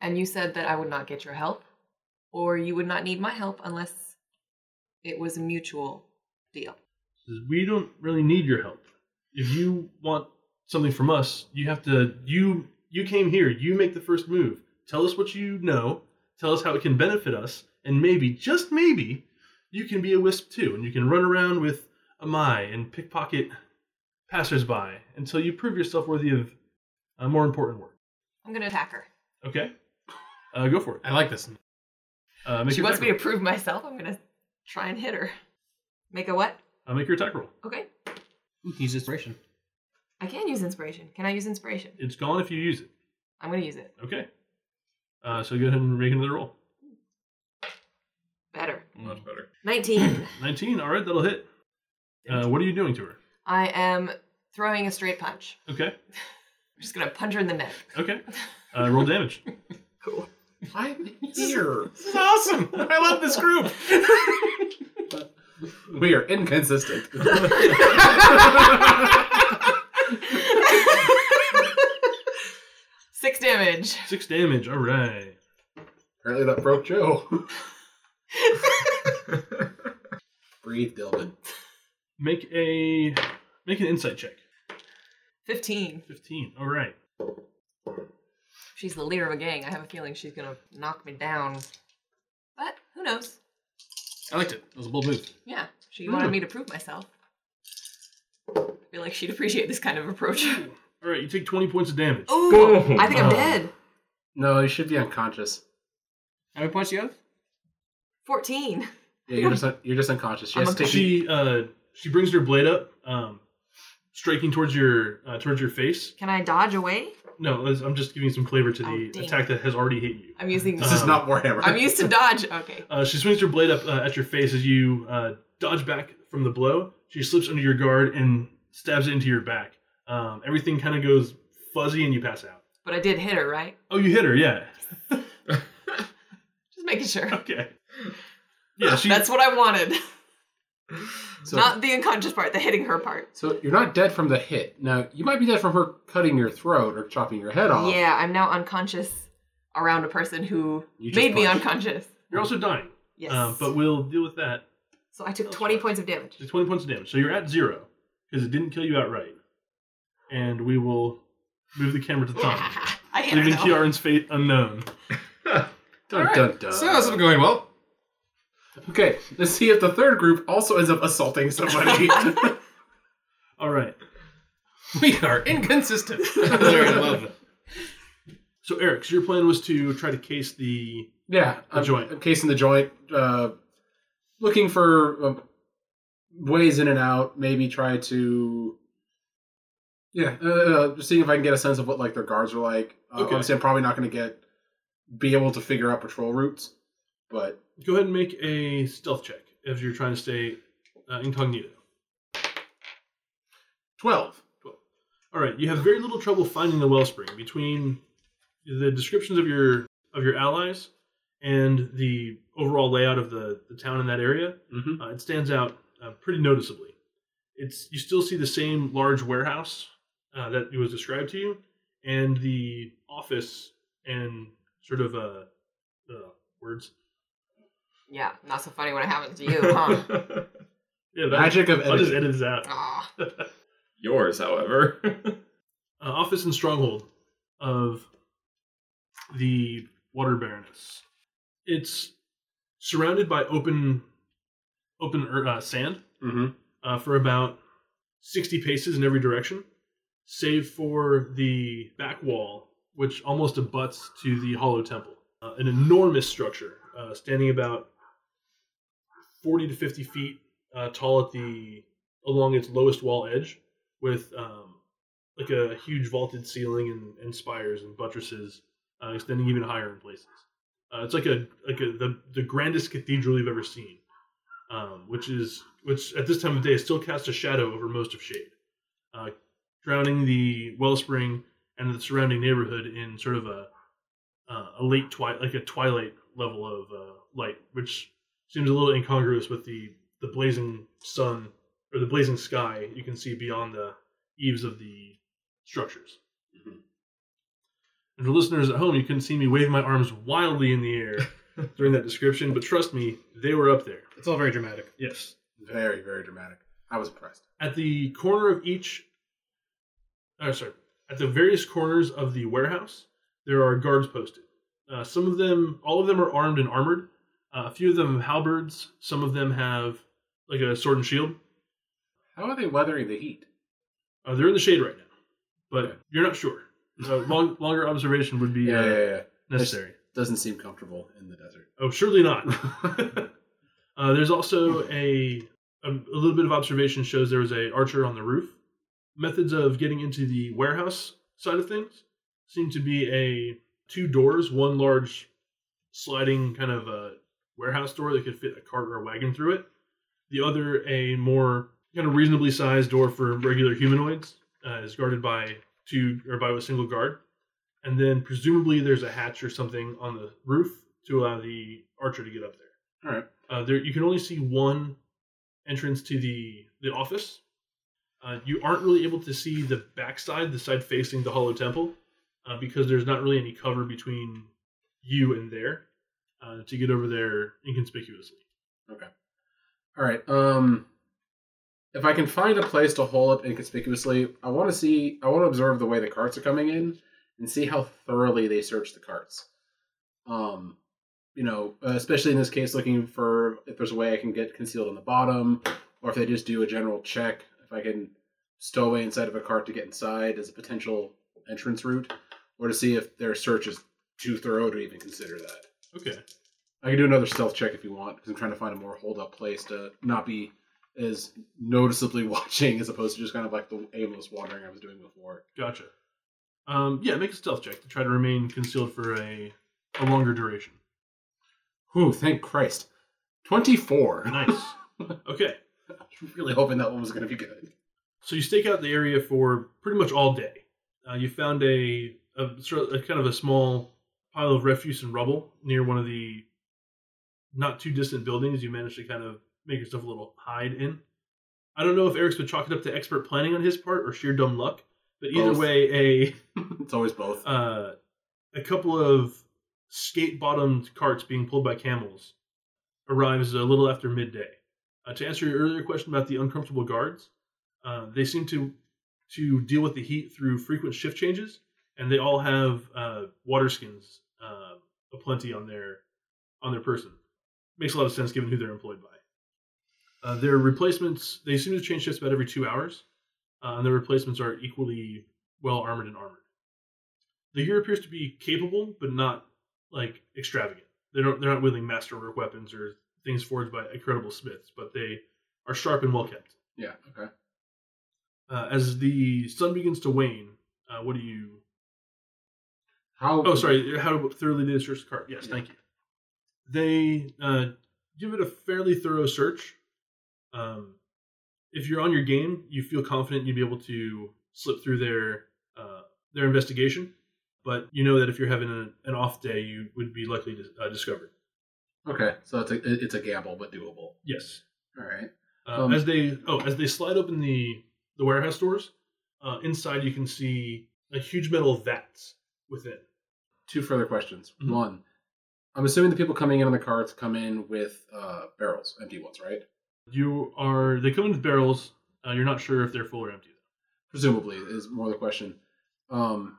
Speaker 4: And you said that I would not get your help, or you would not need my help unless it was a mutual deal.
Speaker 1: says, We don't really need your help. if you want something from us, you have to you you came here, you make the first move. Tell us what you know, tell us how it can benefit us, and maybe, just maybe, you can be a wisp too, and you can run around with Amai and pickpocket passersby until you prove yourself worthy of a more important work.
Speaker 4: I'm gonna attack her.
Speaker 1: Okay? Uh, go for it.
Speaker 2: I like this.
Speaker 1: Uh, make
Speaker 4: she
Speaker 1: your
Speaker 4: wants
Speaker 1: attack
Speaker 4: me to prove myself. I'm gonna try and hit her. Make a what?
Speaker 1: roll. Uh, make your attack roll.
Speaker 4: Okay.
Speaker 2: Ooh, use inspiration.
Speaker 4: I can use inspiration. Can I use inspiration?
Speaker 1: It's gone if you use it.
Speaker 4: I'm gonna use it.
Speaker 1: Okay. Uh, so go ahead and make another roll.
Speaker 4: Better.
Speaker 5: Much better.
Speaker 1: (laughs)
Speaker 4: 19.
Speaker 1: 19. All right, that'll hit. Uh, what are you doing to her?
Speaker 4: I am throwing a straight punch.
Speaker 1: Okay.
Speaker 4: I'm just gonna punch her in
Speaker 1: (laughs)
Speaker 4: the neck. (laughs)
Speaker 2: (laughs)
Speaker 1: Okay. Uh, roll damage.
Speaker 4: Cool.
Speaker 3: I'm here.
Speaker 2: This is awesome. (laughs) I love this group.
Speaker 3: (laughs) We are inconsistent. (laughs)
Speaker 4: Six damage.
Speaker 1: Six damage. All right.
Speaker 3: Apparently that broke Joe. Breathe, Dilbin.
Speaker 1: Make a make an insight check.
Speaker 4: 15.
Speaker 1: 15. All right.
Speaker 4: She's the leader of a gang. I have a feeling she's gonna knock me down. But who knows?
Speaker 2: I liked it. It was a bold move.
Speaker 4: Yeah, she
Speaker 1: Hmm.
Speaker 4: wanted me to prove myself. I feel like she'd appreciate this kind of approach. Ooh,
Speaker 1: All right. You take 20 points of damage.
Speaker 5: Boom.
Speaker 4: I think I'm
Speaker 3: Oh.
Speaker 4: dead.
Speaker 3: No, you should be unconscious.
Speaker 2: How many points do you have?
Speaker 4: 14.
Speaker 3: Yeah, you're just you're just unconscious. She
Speaker 4: I'm
Speaker 3: has to take you-
Speaker 1: She uh she brings her blade up, um, striking towards your uh, towards your face.
Speaker 4: Can I dodge away?
Speaker 1: No, I'm just giving some flavor to the
Speaker 4: Oh, dang.
Speaker 1: attack that has already hit you.
Speaker 4: I'm using.
Speaker 3: This is
Speaker 1: Um,
Speaker 3: not Warhammer.
Speaker 4: (laughs) I'm used to dodge. Okay.
Speaker 1: Uh, she swings her blade up uh, at your face as you uh, dodge back from the blow. She slips under your guard and stabs it into your back. Um, everything kind of goes fuzzy and you pass out.
Speaker 4: But I did hit her, right?
Speaker 1: Oh, you hit her, yeah. (laughs)
Speaker 4: Just making sure.
Speaker 1: Okay. Yeah, she.
Speaker 4: That's what I wanted.
Speaker 3: so,
Speaker 4: Not the unconscious part, the hitting her part.
Speaker 3: so you're not dead from the hit. Now you might be dead from her cutting your throat or chopping your head off.
Speaker 4: Yeah, I'm now unconscious around a person who
Speaker 3: You
Speaker 4: made
Speaker 3: just
Speaker 4: me
Speaker 3: punched.
Speaker 4: unconscious.
Speaker 1: You're also dying.
Speaker 4: Yes.
Speaker 1: Um, but we'll deal with that.
Speaker 4: so I took 20 points of (laughs) damage.
Speaker 1: Just 20 points of damage. So you're at zero because it didn't kill you outright. And we will move the camera to Tom,
Speaker 4: (laughs) I hit her.
Speaker 1: leaving
Speaker 4: now.
Speaker 1: Kiaran's fate unknown.
Speaker 3: Dun,
Speaker 2: All right.
Speaker 3: dun, dun.
Speaker 2: So that's been going well. (laughs)
Speaker 3: Okay, let's see if the third group also ends up
Speaker 1: (laughs)
Speaker 3: assaulting somebody.
Speaker 1: All right.
Speaker 2: We are (laughs) inconsistent.
Speaker 1: So, Eric, so your plan was to try to case the.
Speaker 3: yeah, um,
Speaker 1: The
Speaker 3: I'm,
Speaker 1: joint.
Speaker 3: I'm casing the joint, uh, looking for uh, ways in and out. Maybe try to, yeah, uh, uh, just seeing if I can get a sense of what like their guards are like. Uh,
Speaker 1: Okay.
Speaker 3: Obviously, I'm probably not going to get be able to figure out patrol routes, but
Speaker 1: Go ahead and make a stealth check if you're trying to stay uh, incognito.
Speaker 3: twelve.
Speaker 1: All right, you have very little trouble finding the wellspring between the descriptions of your of your allies and the overall layout of the, the town in that area.
Speaker 3: Mm-hmm.
Speaker 1: Uh, it stands out uh, pretty noticeably. It's you still see the same large warehouse uh, that was described to you, and the office and sort of uh, uh, words.
Speaker 4: Yeah, not so funny when it happens to you,
Speaker 1: (laughs)
Speaker 4: huh?
Speaker 1: Yeah, that,
Speaker 3: Magic of
Speaker 1: I'll just
Speaker 3: editing.
Speaker 1: edit this out. (laughs)
Speaker 4: Aw.
Speaker 5: Yours, however. (laughs)
Speaker 1: uh, office and stronghold of the Water Baroness. It's surrounded by open, open er- uh, sand
Speaker 3: Mm-hmm.
Speaker 1: uh, for about sixty paces in every direction, save for the back wall, which almost abuts to the Hollow Temple. Uh, an enormous structure, uh, standing about forty to fifty feet uh, tall at the along its lowest wall edge, with um, like a huge vaulted ceiling and, and spires and buttresses uh, extending even higher in places. Uh, it's like a like a, the the grandest cathedral you've ever seen, um, which is which at this time of day still casts a shadow over most of Shade, uh, drowning the wellspring and the surrounding neighborhood in sort of a uh, a late twilight like a twilight level of uh, light, which seems a little incongruous with the the blazing sun or the blazing sky you can see beyond the eaves of the structures. And for listeners at home, you couldn't see me wave my arms wildly in the air during that description, but trust me, they were up there.
Speaker 2: It's all very dramatic.
Speaker 3: Mm-hmm.
Speaker 1: Yes.
Speaker 3: Very, very dramatic. I was impressed.
Speaker 1: At the corner of each Oh, sorry. At the various corners of the warehouse, there are guards posted. Uh, some of them, all of them, are armed and armored. Uh, a few of them have halberds. Some of them have like a sword and shield.
Speaker 3: How are they weathering the heat?
Speaker 1: Uh, they're in the shade right now,
Speaker 3: Okay.
Speaker 1: but you're not sure. Uh, long, longer observation would be uh,
Speaker 3: yeah.
Speaker 1: necessary.
Speaker 3: Doesn't seem comfortable in the desert.
Speaker 1: Oh, surely not. uh, there's also a, a a little bit of observation shows there was a archer on the roof. Methods of getting into the warehouse side of things seem to be a two doors, one large sliding kind of a warehouse door that could fit a cart or a wagon through it. The other, a more kind of reasonably sized door for regular humanoids, uh, is guarded by two or by a single guard and then presumably there's a hatch or something on the roof to allow the archer to get up there.
Speaker 3: All right.
Speaker 1: Uh, there, you can only see one entrance to the the office. Uh, you aren't really able to see the backside, the side facing the Hollow Temple, uh, because there's not really any cover between you and there uh, to get over there inconspicuously.
Speaker 3: All right. Um, if I can find a place to hole up inconspicuously, I want to see. I want to observe the way the carts are coming in and see how thoroughly they search the carts. Um, you know, uh, especially in this case, looking for if there's a way I can get concealed on the bottom, or if they just do a general check. If I can stow away inside of a cart to get inside as a potential entrance route, or to see if their search is too thorough to even consider that.
Speaker 1: Okay.
Speaker 3: I can do another stealth check if you want, because I'm trying to find a more hold up place to not be as noticeably (laughs) watching as opposed to just kind of like the aimless wandering I was doing before.
Speaker 1: Gotcha. Um, yeah, make a stealth check to try to remain concealed for a, a longer
Speaker 3: (laughs)
Speaker 1: duration.
Speaker 3: Whew, thank Christ. (laughs) 24.
Speaker 1: Nice. okay.
Speaker 3: I was really hoping that one was going to be good. (laughs)
Speaker 1: So you stake out the area for pretty much all day. Uh, you found a, a, sort of- a kind of a small pile of refuse and rubble near one of the not too distant buildings. You managed to kind of make yourself a little hide in. I don't know if Eric's would chalk it up to expert planning on his part or sheer dumb luck, but either
Speaker 3: Both.
Speaker 1: way, a
Speaker 3: It's always both.
Speaker 1: uh, a couple of skate-bottomed carts being pulled by camels arrives a little after midday. Uh, to answer your earlier question about the uncomfortable guards, uh, they seem to to deal with the heat through frequent shift changes, and they all have uh, water skins uh, aplenty on their on their person. Makes a lot of sense given who they're employed by. Uh, their replacements they seem to change shifts about every two hours, uh, and their replacements are equally well armored and armored the gear appears to be capable, but not like extravagant. They don't they're not wielding masterwork weapons or things forged by incredible smiths, but they are sharp and well kept.
Speaker 3: yeah, okay.
Speaker 1: Uh, as the sun begins to wane, uh, what do you?
Speaker 3: How?
Speaker 1: Oh, sorry. How thoroughly did they search the cart? Yes,
Speaker 3: Yeah.
Speaker 1: thank you. They uh, give it a fairly thorough search. Um, if you're on your game, you feel confident you'd be able to slip through their uh, their investigation, but you know that if you're having an, an off day, you would be likely to, uh, discovered.
Speaker 3: Okay, so it's a, it's a gamble, but doable.
Speaker 1: Yes.
Speaker 3: All right.
Speaker 1: Uh,
Speaker 3: Um,
Speaker 1: as they oh as they slide open the the warehouse doors, uh, inside you can see a huge metal vats within.
Speaker 3: Two further questions.
Speaker 1: Mhm.
Speaker 3: One, I'm assuming the people coming in on the carts come in with uh, barrels, empty ones, right?
Speaker 1: You are they come in with barrels. Uh, you're not sure if they're full or empty.
Speaker 3: presumably is more the question. Um,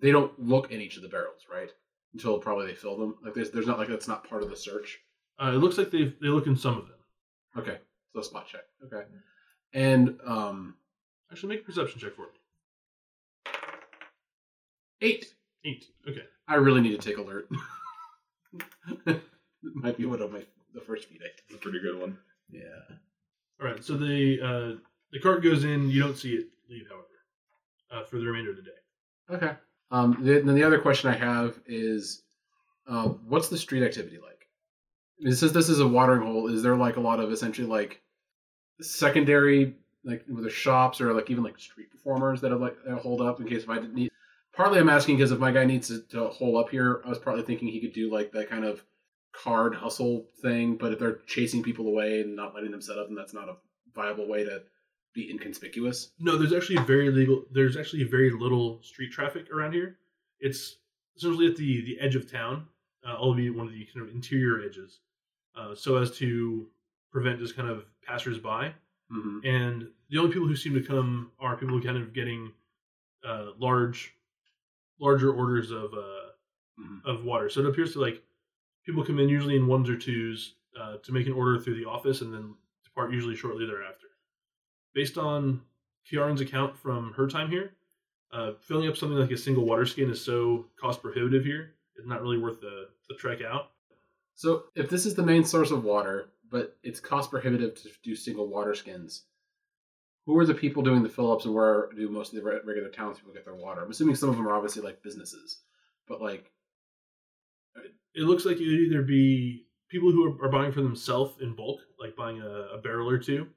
Speaker 3: they don't look in each of the barrels, right? Until probably they fill them. Like there's, there's not like that's not part of the search.
Speaker 1: Uh, it looks like they they look in some of them.
Speaker 3: Okay, so spot check. Okay, and um,
Speaker 1: Actually, make a perception check for me.
Speaker 3: eight.
Speaker 1: Eight. Okay.
Speaker 3: I really need to take alert. (laughs) Might be one of my the first feat. I
Speaker 5: It's a
Speaker 3: think.
Speaker 5: pretty good one.
Speaker 3: Yeah.
Speaker 1: All right. So the uh, the cart goes in. You don't see it leave, however, uh, for the remainder of the day.
Speaker 3: Okay. Um. Then then the other question I have is, uh, what's the street activity like? It says this is a watering hole. Is there like a lot of essentially like secondary like whether shops or like even like street performers that have like that hold up in case if I didn't need. Partly I'm asking because if my guy needs to, to hole up here, I was partly thinking he could do like that kind of card hustle thing. But if they're chasing people away and not letting them set up, then that's not a viable way to be inconspicuous.
Speaker 1: No, there's actually very legal. There's actually very little street traffic around here. It's essentially at the the edge of town, uh, albeit one of the kind of interior edges, uh, so as to prevent just kind of passersby.
Speaker 3: Mm-hmm.
Speaker 1: And the only people who seem to come are people who kind of getting uh, large, larger orders of uh,
Speaker 3: Mhm.
Speaker 1: of water. So it appears to like people come in usually in ones or twos uh, to make an order through the office and then depart usually shortly thereafter. Based on Kiaran's account from her time here, uh, filling up something like a single water skin is so cost prohibitive here. It's not really worth the, the trek out.
Speaker 3: So if this is the main source of water, but it's cost prohibitive to do single water skins, who are the people doing the fill ups and where do most of the re- regular townspeople get their water? I'm assuming some of them are obviously like businesses, but like
Speaker 1: It looks like it would either be people who are, are buying for themselves in bulk, like buying a, a barrel or two,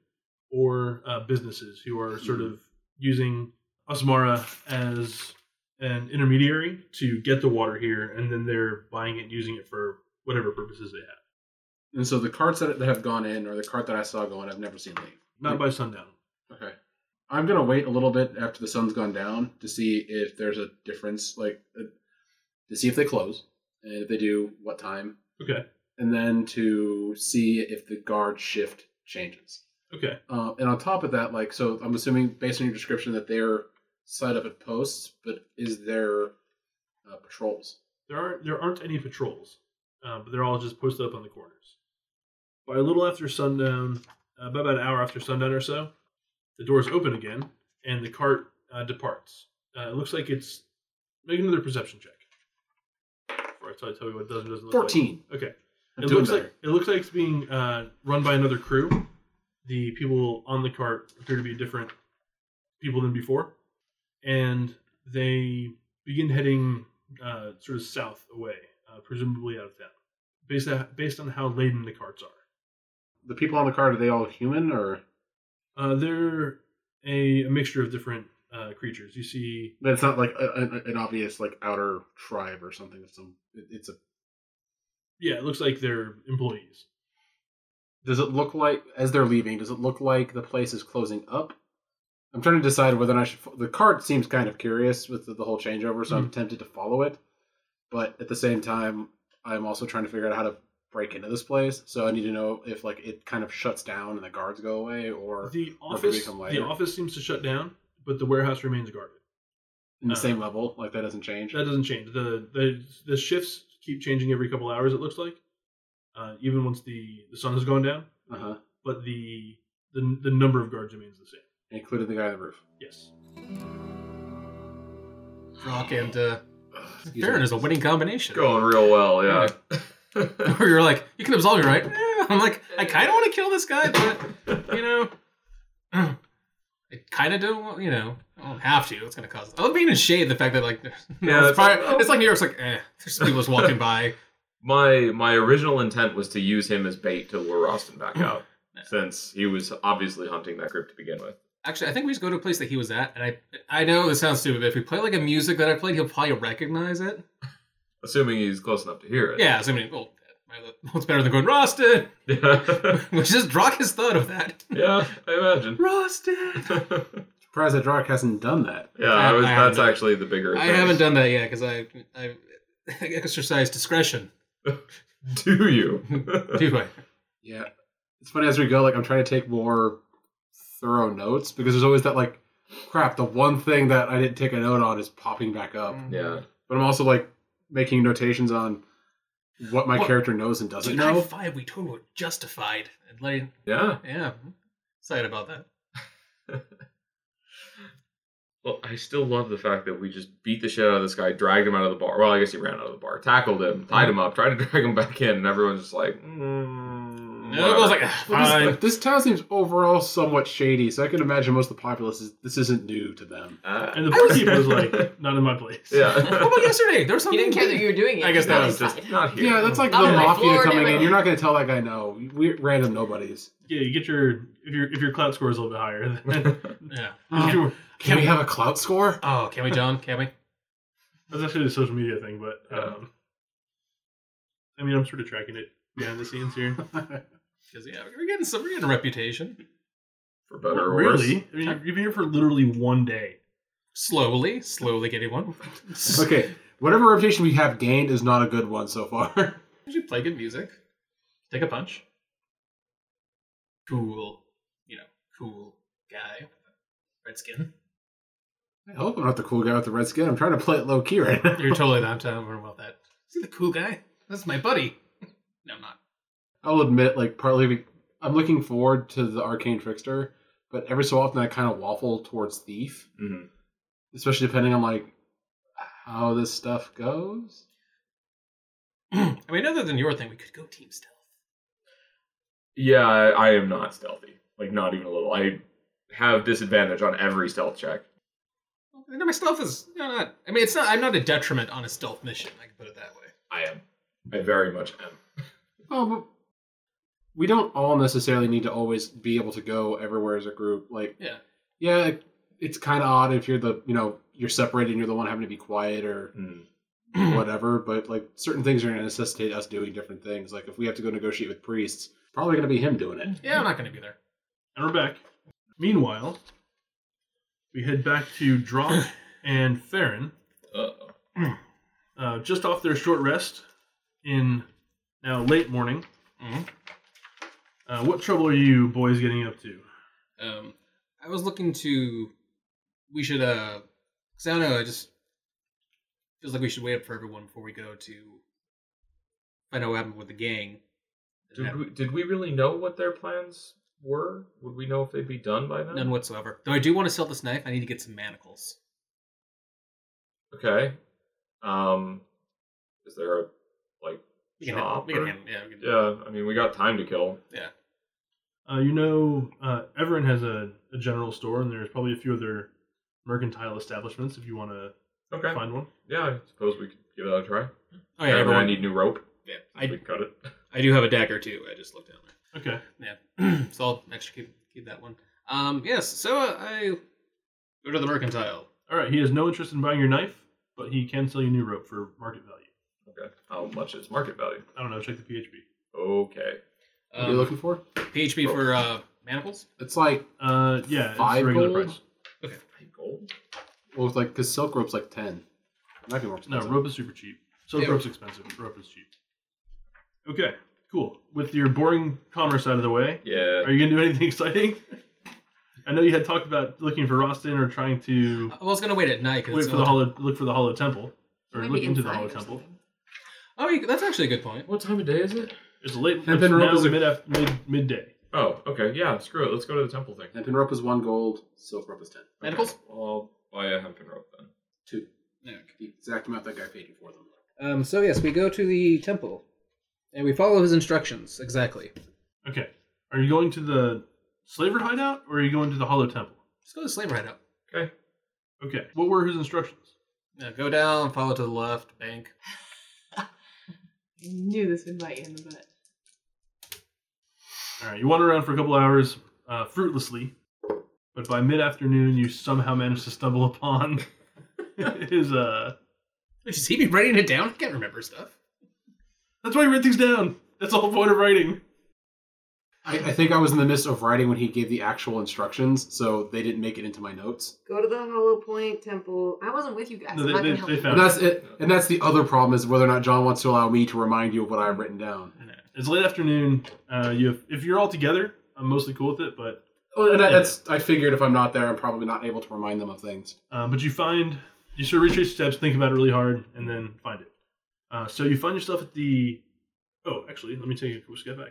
Speaker 1: or uh, businesses who are sort of using Asmara as an intermediary to get the water here, and then they're buying it and using it for whatever purposes they have.
Speaker 3: And so the carts that, that have gone in, or the cart that I saw go in, I've never seen leave.
Speaker 1: Not by sundown.
Speaker 3: Okay. I'm gonna wait a little bit after the sun's gone down to see if there's a difference, like uh, to see if they close, and if they do, what time,
Speaker 1: Okay.
Speaker 3: and then to see if the guard shift changes.
Speaker 1: Okay.
Speaker 3: Uh, and on top of that, like, so I'm assuming based on your description that they're set up at posts, but is there uh, patrols?
Speaker 1: There aren't there aren't any patrols, uh, but they're all just posted up on the corners. By a little after sundown, uh, by about an hour after sundown or so, the doors open again and the cart uh, departs. Uh, it looks like it's make another perception check. Before I tell, tell you what it does and doesn't look like.
Speaker 3: Fourteen.
Speaker 1: Okay.
Speaker 3: I'm
Speaker 1: It
Speaker 3: doing
Speaker 1: looks
Speaker 3: better.
Speaker 1: like it looks like it's being uh, run by another crew. The people on the cart appear to be different people than before, and they begin heading uh, sort of south away, uh, presumably out of town, based on, based on how laden the carts are.
Speaker 3: the people on the cart are they all human or
Speaker 1: Uh, they're a, a mixture of different uh, creatures. You see
Speaker 3: That's not like a, a- an obvious like outer tribe or something. It's some. it- It's a.
Speaker 1: Yeah, it looks like they're employees.
Speaker 3: Does it look like as they're leaving? Does it look like the place is closing up? I'm trying to decide whether or not I should. fo- The cart seems kind of curious with the, the whole changeover, so I'm tempted to follow it. But at the same time, I'm also trying to figure out how to break into this place. So I need to know if like it kind of shuts down and the guards go away, or
Speaker 1: The
Speaker 3: if they
Speaker 1: office
Speaker 3: become
Speaker 1: the
Speaker 3: lighter.
Speaker 1: office seems to shut down, but the warehouse remains guarded.
Speaker 3: in the
Speaker 1: Uh,
Speaker 3: same level, like that doesn't change.
Speaker 1: That doesn't change. The the the shifts keep changing every couple hours. It looks like, uh, even once the the sun has gone down.
Speaker 3: Uh huh.
Speaker 1: But the the the number of guards remains the same.
Speaker 3: Including the guy on the roof.
Speaker 1: Yes.
Speaker 2: Rock and uh,
Speaker 3: Excuse
Speaker 2: Farron
Speaker 3: me.
Speaker 2: is a winning combination.
Speaker 5: Going real well, yeah.
Speaker 2: (laughs) Where you're like, you can absolve me, right? (laughs) Eh, I'm like, I kind of want to kill this guy, but you know, I kind of don't want. You know, I don't have to. It's gonna cause. I love being in shade. The fact that like, (laughs)
Speaker 5: Yeah, oh.
Speaker 2: it's, probably, it's like New York's like, eh, there's people just walking by.
Speaker 5: my my original intent was to use him as bait to lure Austin back out, since he was obviously hunting that group to begin with.
Speaker 2: Actually, I think we just go to a place that he was at, and I I know this sounds stupid, but if we play like a music that I played, he'll probably recognize it.
Speaker 5: Assuming he's close enough to hear it.
Speaker 2: Yeah, so I mean, well, what's better than going (laughs) Rusted?
Speaker 5: Yeah.
Speaker 2: Which is Drock has thought of that.
Speaker 5: (laughs) yeah, I imagine.
Speaker 2: (laughs) Rusted.
Speaker 3: Surprised that Drak hasn't done that.
Speaker 5: (laughs) yeah, I was,
Speaker 2: I haven't
Speaker 5: that's
Speaker 2: done-
Speaker 5: actually the bigger.
Speaker 2: I
Speaker 5: thing.
Speaker 2: haven't done that yet because I I (laughs) exercise discretion.
Speaker 5: (laughs) Do you?
Speaker 2: (laughs)
Speaker 5: (laughs)
Speaker 2: Do I?
Speaker 3: Yeah. It's funny as we go, like I'm trying to take more thorough notes because there's always that like crap, the one thing that I didn't take a note on is popping back up.
Speaker 5: yeah.
Speaker 3: But I'm also like making notations on what my
Speaker 2: What?
Speaker 3: character knows and doesn't
Speaker 2: Dude,
Speaker 3: know.
Speaker 2: high five. We totally were justified. And letting,
Speaker 5: Yeah.
Speaker 2: yeah, excited about that.
Speaker 5: Well, I still love the fact that we just beat the shit out of this guy, dragged him out of the bar. Well, I guess he ran out of the bar, tackled him, tied him up, tried to (laughs) drag him back in, and everyone's just like, mm,
Speaker 2: No, I was like, "Ah,
Speaker 3: Well, this- (laughs)
Speaker 2: fine.
Speaker 3: This, town seems overall somewhat shady, so I can imagine most of the populace is this isn't new to them.
Speaker 5: Uh,
Speaker 1: And the barkeeper was like, "not in "Ah." my place. (laughs)
Speaker 2: What
Speaker 5: yeah, (laughs)
Speaker 2: about yesterday? There was
Speaker 4: He
Speaker 2: something.
Speaker 4: didn't care that you were doing it.
Speaker 2: I guess
Speaker 4: He
Speaker 2: that
Speaker 5: no,
Speaker 2: was
Speaker 4: was
Speaker 5: just
Speaker 4: fine.
Speaker 5: not here.
Speaker 3: Yeah, that's like
Speaker 4: Not
Speaker 3: the
Speaker 4: on my
Speaker 3: mafia
Speaker 4: floor,
Speaker 3: coming
Speaker 4: damn
Speaker 3: in.
Speaker 4: it.
Speaker 3: You're not going to tell that guy no. We're random nobodies.
Speaker 1: Yeah, you get your if your if your clout score is a little bit higher. (laughs)
Speaker 5: (laughs)
Speaker 1: Then
Speaker 2: Yeah.
Speaker 1: if
Speaker 3: Mm.
Speaker 1: you were-
Speaker 3: Can we have a clout (laughs) score?
Speaker 2: Oh, can we, John? Can we?
Speaker 1: that's actually a social media thing, but um, I mean, I'm sort of tracking it behind the scenes here.
Speaker 2: Because yeah, we're getting some. We're getting a reputation.
Speaker 5: for (laughs) better or worse.
Speaker 1: really? I mean, you've been here for literally one day.
Speaker 2: Slowly, slowly getting one. Did
Speaker 3: okay, whatever reputation we have gained is not a good one so far. (laughs)
Speaker 2: you play good music? Take a punch. Cool. You know, cool guy, redskin.
Speaker 3: I hope I'm not the cool guy with the red skin. I'm trying to play it low key right now. (laughs)
Speaker 2: You're totally not talking about that. Is he the cool guy? That's my buddy. No, I'm not.
Speaker 3: I'll admit, like partly, be- I'm looking forward to the arcane trickster, but every so often I kind of waffle towards thief,
Speaker 5: Mhm.
Speaker 3: especially depending on like how this stuff goes.
Speaker 2: (clears throat) I mean, other than your thing, we could go team stealth.
Speaker 5: Yeah, I, I am not stealthy. Like not even a little. I have disadvantage on every stealth check.
Speaker 2: No, my stealth is you know, not. I mean, it's not. I'm not a detriment on a stealth mission. I can put it that way.
Speaker 5: I am. I very much am.
Speaker 3: Oh, but we don't all necessarily need to always be able to go everywhere as a group. Like,
Speaker 2: Yeah.
Speaker 3: yeah, it- it's kind of odd if you're the, you know, you're separated and you're the one having to be quiet or
Speaker 5: Mm.
Speaker 3: whatever. But like, certain things are going to necessitate us doing different things. Like, if we have to go negotiate with priests, probably going to be him doing it.
Speaker 2: Yeah, I'm not going to be there.
Speaker 1: And we're back. Meanwhile, we head back to Drock and Farron,
Speaker 5: Uh-oh.
Speaker 1: uh, just off their short rest in now late morning.
Speaker 2: Mhm.
Speaker 1: Uh, what trouble are you boys getting up to?
Speaker 2: Um, I was looking to. We should. uh 'cause I don't know. I just feels like we should wait up for everyone before we go to find out what happened with the gang.
Speaker 5: Did we, did we really know what their plans were? Would we know if they'd be done by then?
Speaker 2: None whatsoever. Though I do want to sell this knife. I need to get some manacles.
Speaker 5: Okay. Um, is there a like?
Speaker 2: We can,
Speaker 5: Chop
Speaker 2: we can
Speaker 5: or-
Speaker 2: hand- yeah, we can,
Speaker 5: Yeah, I mean, we got time to kill.
Speaker 1: Uh, you know, uh, Everin has a, a general store, and there's probably a few other mercantile establishments if you want to
Speaker 5: Okay.
Speaker 1: find one.
Speaker 5: Yeah, I suppose we could give that a try.
Speaker 2: Oh yeah,
Speaker 5: Uh, but I
Speaker 2: everyone.
Speaker 5: need new rope.
Speaker 2: Yeah,
Speaker 5: I
Speaker 2: I,
Speaker 5: we cut it. (laughs)
Speaker 2: I do have a dagger too. I just looked down there.
Speaker 1: Okay.
Speaker 2: Yeah. (clears throat) so I'll actually keep, keep that one. Um, yes, so uh, I go to the mercantile.
Speaker 1: All right. He has no interest in buying your knife, but he can sell you new rope for market value.
Speaker 5: Okay. How much is market value?
Speaker 1: I don't know. Check the PHB.
Speaker 5: Okay.
Speaker 3: What are you
Speaker 2: Um,
Speaker 3: looking for?
Speaker 2: PHP for uh, manacles?
Speaker 3: It's like,
Speaker 1: Uh, yeah, it's
Speaker 3: Five
Speaker 1: the regular
Speaker 3: gold?
Speaker 1: price.
Speaker 5: Five gold.
Speaker 3: well, it's like, because silk rope's like 10. Not gonna work.
Speaker 1: No, rope is super cheap. So
Speaker 2: Yeah.
Speaker 1: rope's expensive. Rope is cheap. Okay, cool. With your boring commerce out of the way,
Speaker 5: Yeah.
Speaker 1: are you gonna do anything (laughs) exciting? I know you had talked about looking for Rostin or trying to
Speaker 2: I was going to wait at night. 'cause
Speaker 1: wait
Speaker 2: it's
Speaker 1: for the
Speaker 2: all-
Speaker 1: hollow, look for the hollow temple, or
Speaker 4: Maybe
Speaker 1: look into the
Speaker 4: inside
Speaker 1: hollow
Speaker 4: or
Speaker 1: temple.
Speaker 4: something.
Speaker 2: Oh, you- that's actually a good point.
Speaker 5: What time of day is it?
Speaker 1: It's late. It's
Speaker 3: Hemp and rope
Speaker 1: now
Speaker 3: is a-
Speaker 1: mid, af- mid midday.
Speaker 5: Oh, okay. Yeah. Screw it. Let's go to the temple thing.
Speaker 3: Hempen rope is one gold, silk rope is 10.
Speaker 5: Okay,
Speaker 2: Manacles?
Speaker 5: I'll buy a hempen rope then.
Speaker 3: Two.
Speaker 2: Yeah, okay.
Speaker 3: The exact amount that guy paid you for them.
Speaker 2: Um, so, yes, we go to the temple and we follow his instructions exactly.
Speaker 1: Okay. Are you going to the slaver hideout or are you going to the hollow temple?
Speaker 2: Let's go to the slave right up.
Speaker 5: Okay.
Speaker 1: Okay. What were his instructions?
Speaker 2: Now go down, follow to the left, bank.
Speaker 4: Knew this would bite you in the butt.
Speaker 1: All right, you wander around for a couple hours uh, fruitlessly, but by mid-afternoon, you somehow manage to stumble upon (laughs) his. Uh,
Speaker 2: Wait, Is he be writing it down? I can't remember stuff. (laughs)
Speaker 1: that's why you write things down. That's the whole point of writing.
Speaker 3: I, I think I was in the midst of writing when he gave the actual instructions, so they didn't make it into my notes.
Speaker 4: Go to the Hollow Point Temple. I wasn't with you guys.
Speaker 1: No,
Speaker 4: I'm
Speaker 1: they-
Speaker 4: not
Speaker 1: they-
Speaker 4: gonna help
Speaker 1: they
Speaker 4: you.
Speaker 1: found-
Speaker 3: And that's it. And that's the other problem is whether or not John wants to allow me to remind you of what I've written down.
Speaker 1: It's late afternoon. Uh, you, have, if you're all together, I'm mostly cool with it, but
Speaker 3: Well, and I, that's I figured if I'm not there, I'm probably not able to remind them of things. (laughs)
Speaker 1: uh, but you find you sort of retrace your steps, think about it really hard, and then find it. Uh, so you find yourself at the. Oh, actually, let me take a quick step back.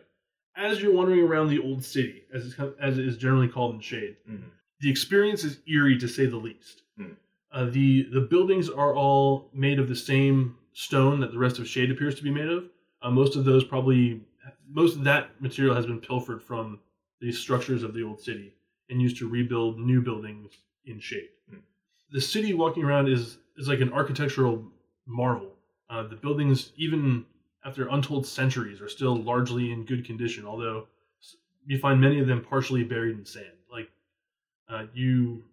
Speaker 1: As you're wandering around the old city, as it's, co- as it is generally called in Shade.
Speaker 5: Mhm.
Speaker 1: the experience is eerie to say the least.
Speaker 5: Hmm.
Speaker 1: Uh, the the buildings are all made of the same stone that the rest of Shade appears to be made of. Uh, most of those probably most of that material has been pilfered from the structures of the old city and used to rebuild new buildings in Shade.
Speaker 5: Hmm.
Speaker 1: The city walking around is is like an architectural marvel. Uh, the buildings, even after untold centuries, are still largely in good condition, although s- you find many of them partially buried in sand. Like uh, you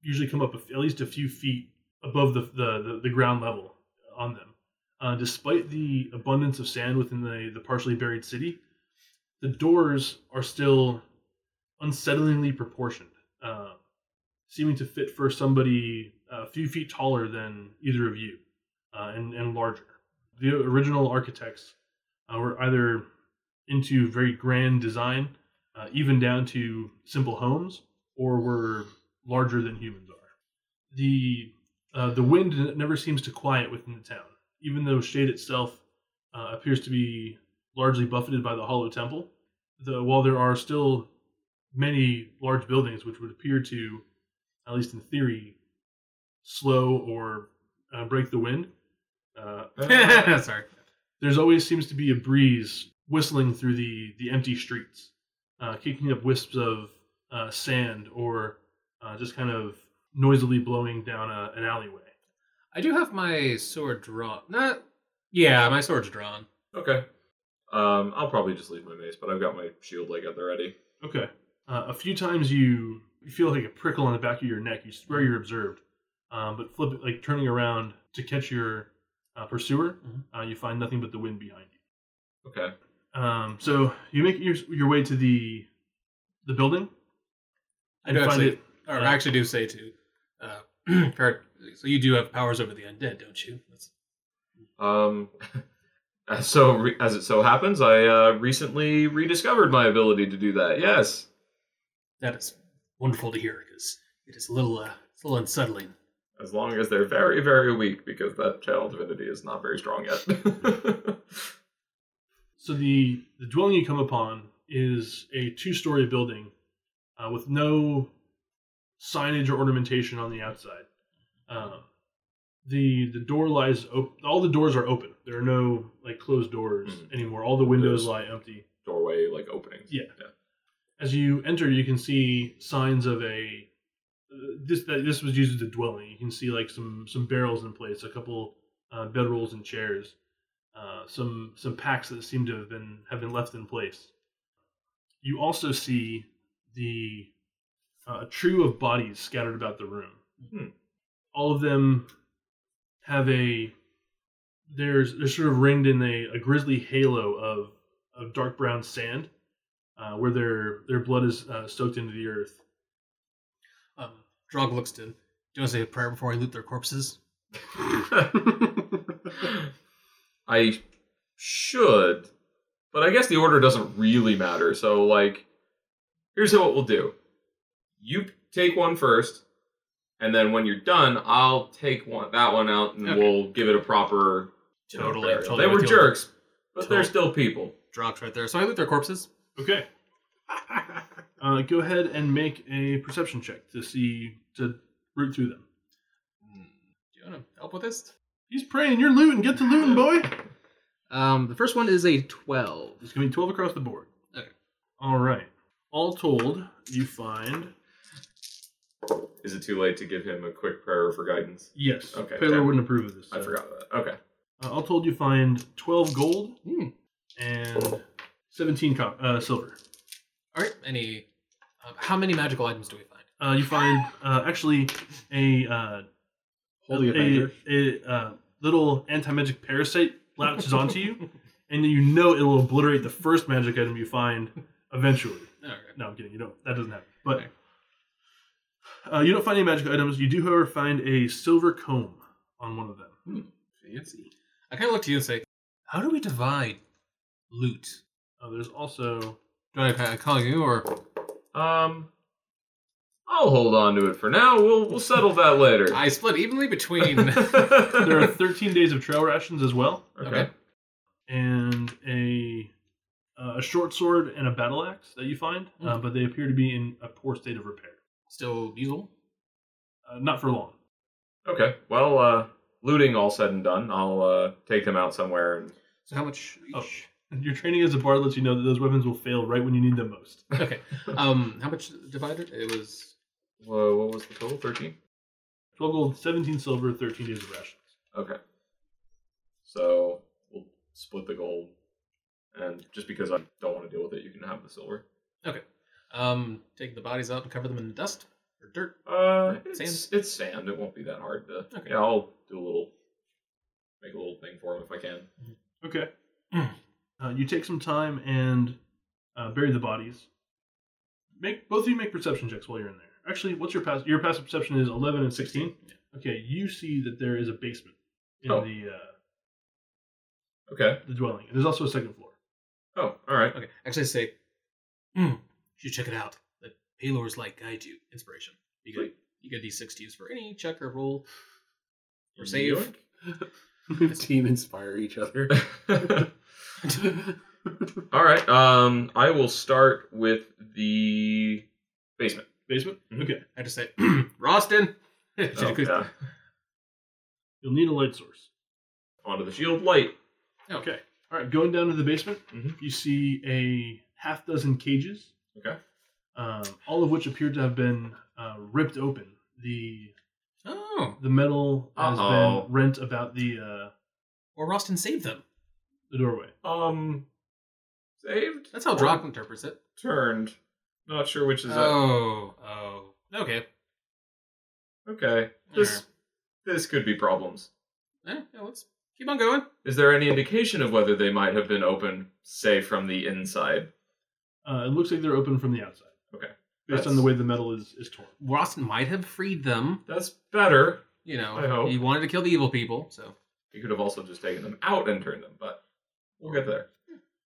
Speaker 1: usually come up a f- at least a few feet above the, the, the, the ground level on them. Uh, despite the abundance of sand within the, the partially buried city, the doors are still unsettlingly proportioned, uh, seeming to fit for somebody uh, a few feet taller than either of you uh, and, and larger. The original architects uh, were either into very grand design, uh, even down to simple homes, or were larger than humans are. The uh, the wind n- never seems to quiet within the town, even though Shade itself uh, appears to be largely buffeted by the Hollow Temple. The, while there are still many large buildings which would appear to, at least in theory, slow or uh, break the wind, uh,
Speaker 5: (laughs)
Speaker 2: Sorry.
Speaker 1: there's always seems to be a breeze whistling through the the empty streets, uh, kicking up wisps of uh, sand or uh, just kind of noisily blowing down a, an alleyway.
Speaker 2: I do have my sword drawn. Not. Yeah, my sword's drawn.
Speaker 5: Okay. Um, I'll probably just leave my mace, but I've got my shield like at the ready.
Speaker 1: Okay. Uh, a few times you you feel like a prickle on the back of your neck. You swear you're observed, um, but flip like turning around to catch your uh, pursuer,
Speaker 2: Mhm.
Speaker 1: uh, you find nothing but the wind behind you.
Speaker 5: Okay.
Speaker 1: Um, so you make your your way to the the building.
Speaker 2: I do
Speaker 1: find
Speaker 2: actually.
Speaker 1: it-
Speaker 2: Or
Speaker 1: yeah.
Speaker 2: I actually do say too. Uh, (clears throat) par- so you do have powers over the undead, don't you? That's,
Speaker 5: Um, (laughs) as so re- as it so happens, I uh, recently rediscovered my ability to do that. Yes.
Speaker 2: that is wonderful to hear because it is a little, uh, it's a little unsettling.
Speaker 5: As long as they're very, very weak, because that child divinity is not very strong yet. (laughs)
Speaker 1: So the the dwelling you come upon is a two story building uh, with no signage or ornamentation on the outside. Um, the the door lies open. All the doors are open. There are no like closed doors
Speaker 5: Mhm.
Speaker 1: anymore. All the windows
Speaker 5: Those-
Speaker 1: lie empty.
Speaker 5: Doorway like openings.
Speaker 1: Yeah. As you enter, you can see signs of a uh, this that this was used as a dwelling. You can see like some some barrels in place, a couple uh, bedrolls and chairs, uh, some some packs that seem to have been have been left in place. You also see the uh, true of bodies scattered about the room.
Speaker 5: Hmm.
Speaker 1: All of them have a there's they're sort of ringed in a, a grisly halo of of dark brown sand, uh, where their their blood is uh, soaked into the earth.
Speaker 2: Um, Drog looks to. Do you want to say a prayer before I loot their corpses?
Speaker 5: (laughs) I should, but I guess the order doesn't really matter. So, like, here's what we'll do: you take one first, and then when you're done, I'll take one that one out, and
Speaker 2: Okay.
Speaker 5: we'll give it a proper. you know,
Speaker 2: Totally,
Speaker 5: burial.
Speaker 2: totally
Speaker 5: they were
Speaker 2: with you on
Speaker 5: jerks, but they're
Speaker 2: Totally.
Speaker 5: still people.
Speaker 2: Drogs right there. So I loot their corpses.
Speaker 1: Okay. Uh, go ahead and make a perception check to see to root through them.
Speaker 2: Do you want to help with this?
Speaker 1: He's praying. You're looting. Get to looting, boy.
Speaker 2: Um, the first one is a twelve.
Speaker 1: It's gonna be twelve across the board.
Speaker 2: Okay.
Speaker 1: All right. All told, you find
Speaker 5: Is it too late to give him a quick prayer for guidance?
Speaker 1: yes.
Speaker 5: Okay,
Speaker 1: Taylor
Speaker 5: damn.
Speaker 1: wouldn't approve of this.
Speaker 5: I
Speaker 1: so-
Speaker 5: forgot that. Okay.
Speaker 1: Uh, all told, you find twelve gold
Speaker 2: Hmm.
Speaker 1: and seventeen co- uh, silver.
Speaker 2: All right. Any? Uh, how many magical items do we find?
Speaker 1: Uh, you find uh, actually a uh,
Speaker 3: Holy Avenger.
Speaker 1: a, a uh, little anti-magic parasite latches onto you, and you know it will obliterate the first magic item you find eventually.
Speaker 2: All right.
Speaker 1: No, I'm kidding. You don't. That doesn't happen. But uh, you don't find any magic items. You do, however, find a silver comb on one of them.
Speaker 3: Fancy.
Speaker 2: I kind of look to you and say, "How do we divide loot?
Speaker 1: Uh, there's also
Speaker 2: Do I ca- call you or
Speaker 5: Um, I'll hold on to it for now. We'll we'll settle that later.
Speaker 2: I split evenly (laughs) between
Speaker 1: there are 13 days of trail rations as well,
Speaker 5: okay.
Speaker 1: and a uh, a short sword and a battle axe that you find, uh,
Speaker 3: Mm-hmm.
Speaker 1: but they appear to be in a poor state of repair.
Speaker 2: still usable?"
Speaker 1: Uh, not for long. (laughs)
Speaker 5: Okay. Well, uh, looting all said and done, I'll uh, take them out somewhere. And...
Speaker 2: So how much? oh, Each?
Speaker 5: (laughs)
Speaker 1: Your training as a bard lets you know that those weapons will fail right when you need them most. (laughs)
Speaker 2: Okay. Um, how much divided? It was
Speaker 5: Whoa, what was the total? Thirteen.
Speaker 1: 12 gold, 17 silver, 13 days of rations.
Speaker 5: Okay. So we'll split the gold, and just because I don't want to deal with it, you can have the silver.
Speaker 2: um, take the bodies out and cover them in dust or dirt.
Speaker 5: Uh,
Speaker 2: Sand?
Speaker 5: it's sand. It's sand. It won't be that hard to.
Speaker 2: Okay.
Speaker 5: Yeah, I'll do a little, make a little thing for him if I can.
Speaker 1: Okay. (clears throat) uh, you take some time and uh, bury the bodies. Make both of you make perception checks while you're in there. Actually, what's your pass? Your pass perception is 11 and 16. Okay, you see that there is a basement in
Speaker 5: Oh.
Speaker 1: the uh,
Speaker 5: Okay.
Speaker 1: the dwelling. And there's also a second floor.
Speaker 5: Oh, all right.
Speaker 2: Okay. Actually, I say, mm, you should hmm, check it out. The Palor's Light Gaiju inspiration. You get you get d6 to use for any check or roll or save.
Speaker 3: (laughs) Team inspire each (laughs) other.
Speaker 5: (laughs) All right. Um, I will start with the basement.
Speaker 1: Basement? Okay.
Speaker 2: I just say (clears throat) Rostin. (laughs)
Speaker 5: Oh, yeah.
Speaker 1: You'll need a light source.
Speaker 5: Onto the shield light.
Speaker 1: Okay. All right. Going down to the basement,
Speaker 5: Mhm.
Speaker 1: you see a half dozen cages.
Speaker 5: Okay.
Speaker 1: Um, all of which appear to have been uh, ripped open. The
Speaker 2: Oh,
Speaker 1: the metal has
Speaker 5: Uh-oh.
Speaker 1: been rent about the uh,
Speaker 2: or Rostin saved them.
Speaker 1: the doorway.
Speaker 5: Um, saved.
Speaker 2: That's how Drock interprets it.
Speaker 5: Turned. Not sure which is up.
Speaker 2: Oh, oh, okay.
Speaker 5: Okay. This this could be problems.
Speaker 2: Yeah, yeah, Eh, let's keep on going.
Speaker 5: Is there any indication of whether they might have been open, say, from the inside?
Speaker 1: Uh, it looks like they're open from the outside.
Speaker 5: Okay.
Speaker 1: Based
Speaker 5: That's-
Speaker 1: on the way the metal is, is torn.
Speaker 2: Rostin might have freed them.
Speaker 5: That's better.
Speaker 2: You
Speaker 5: I
Speaker 2: know,
Speaker 5: hope.
Speaker 2: he wanted to kill the evil people, so
Speaker 5: You could have also just taken them out and turned them, but we'll get there.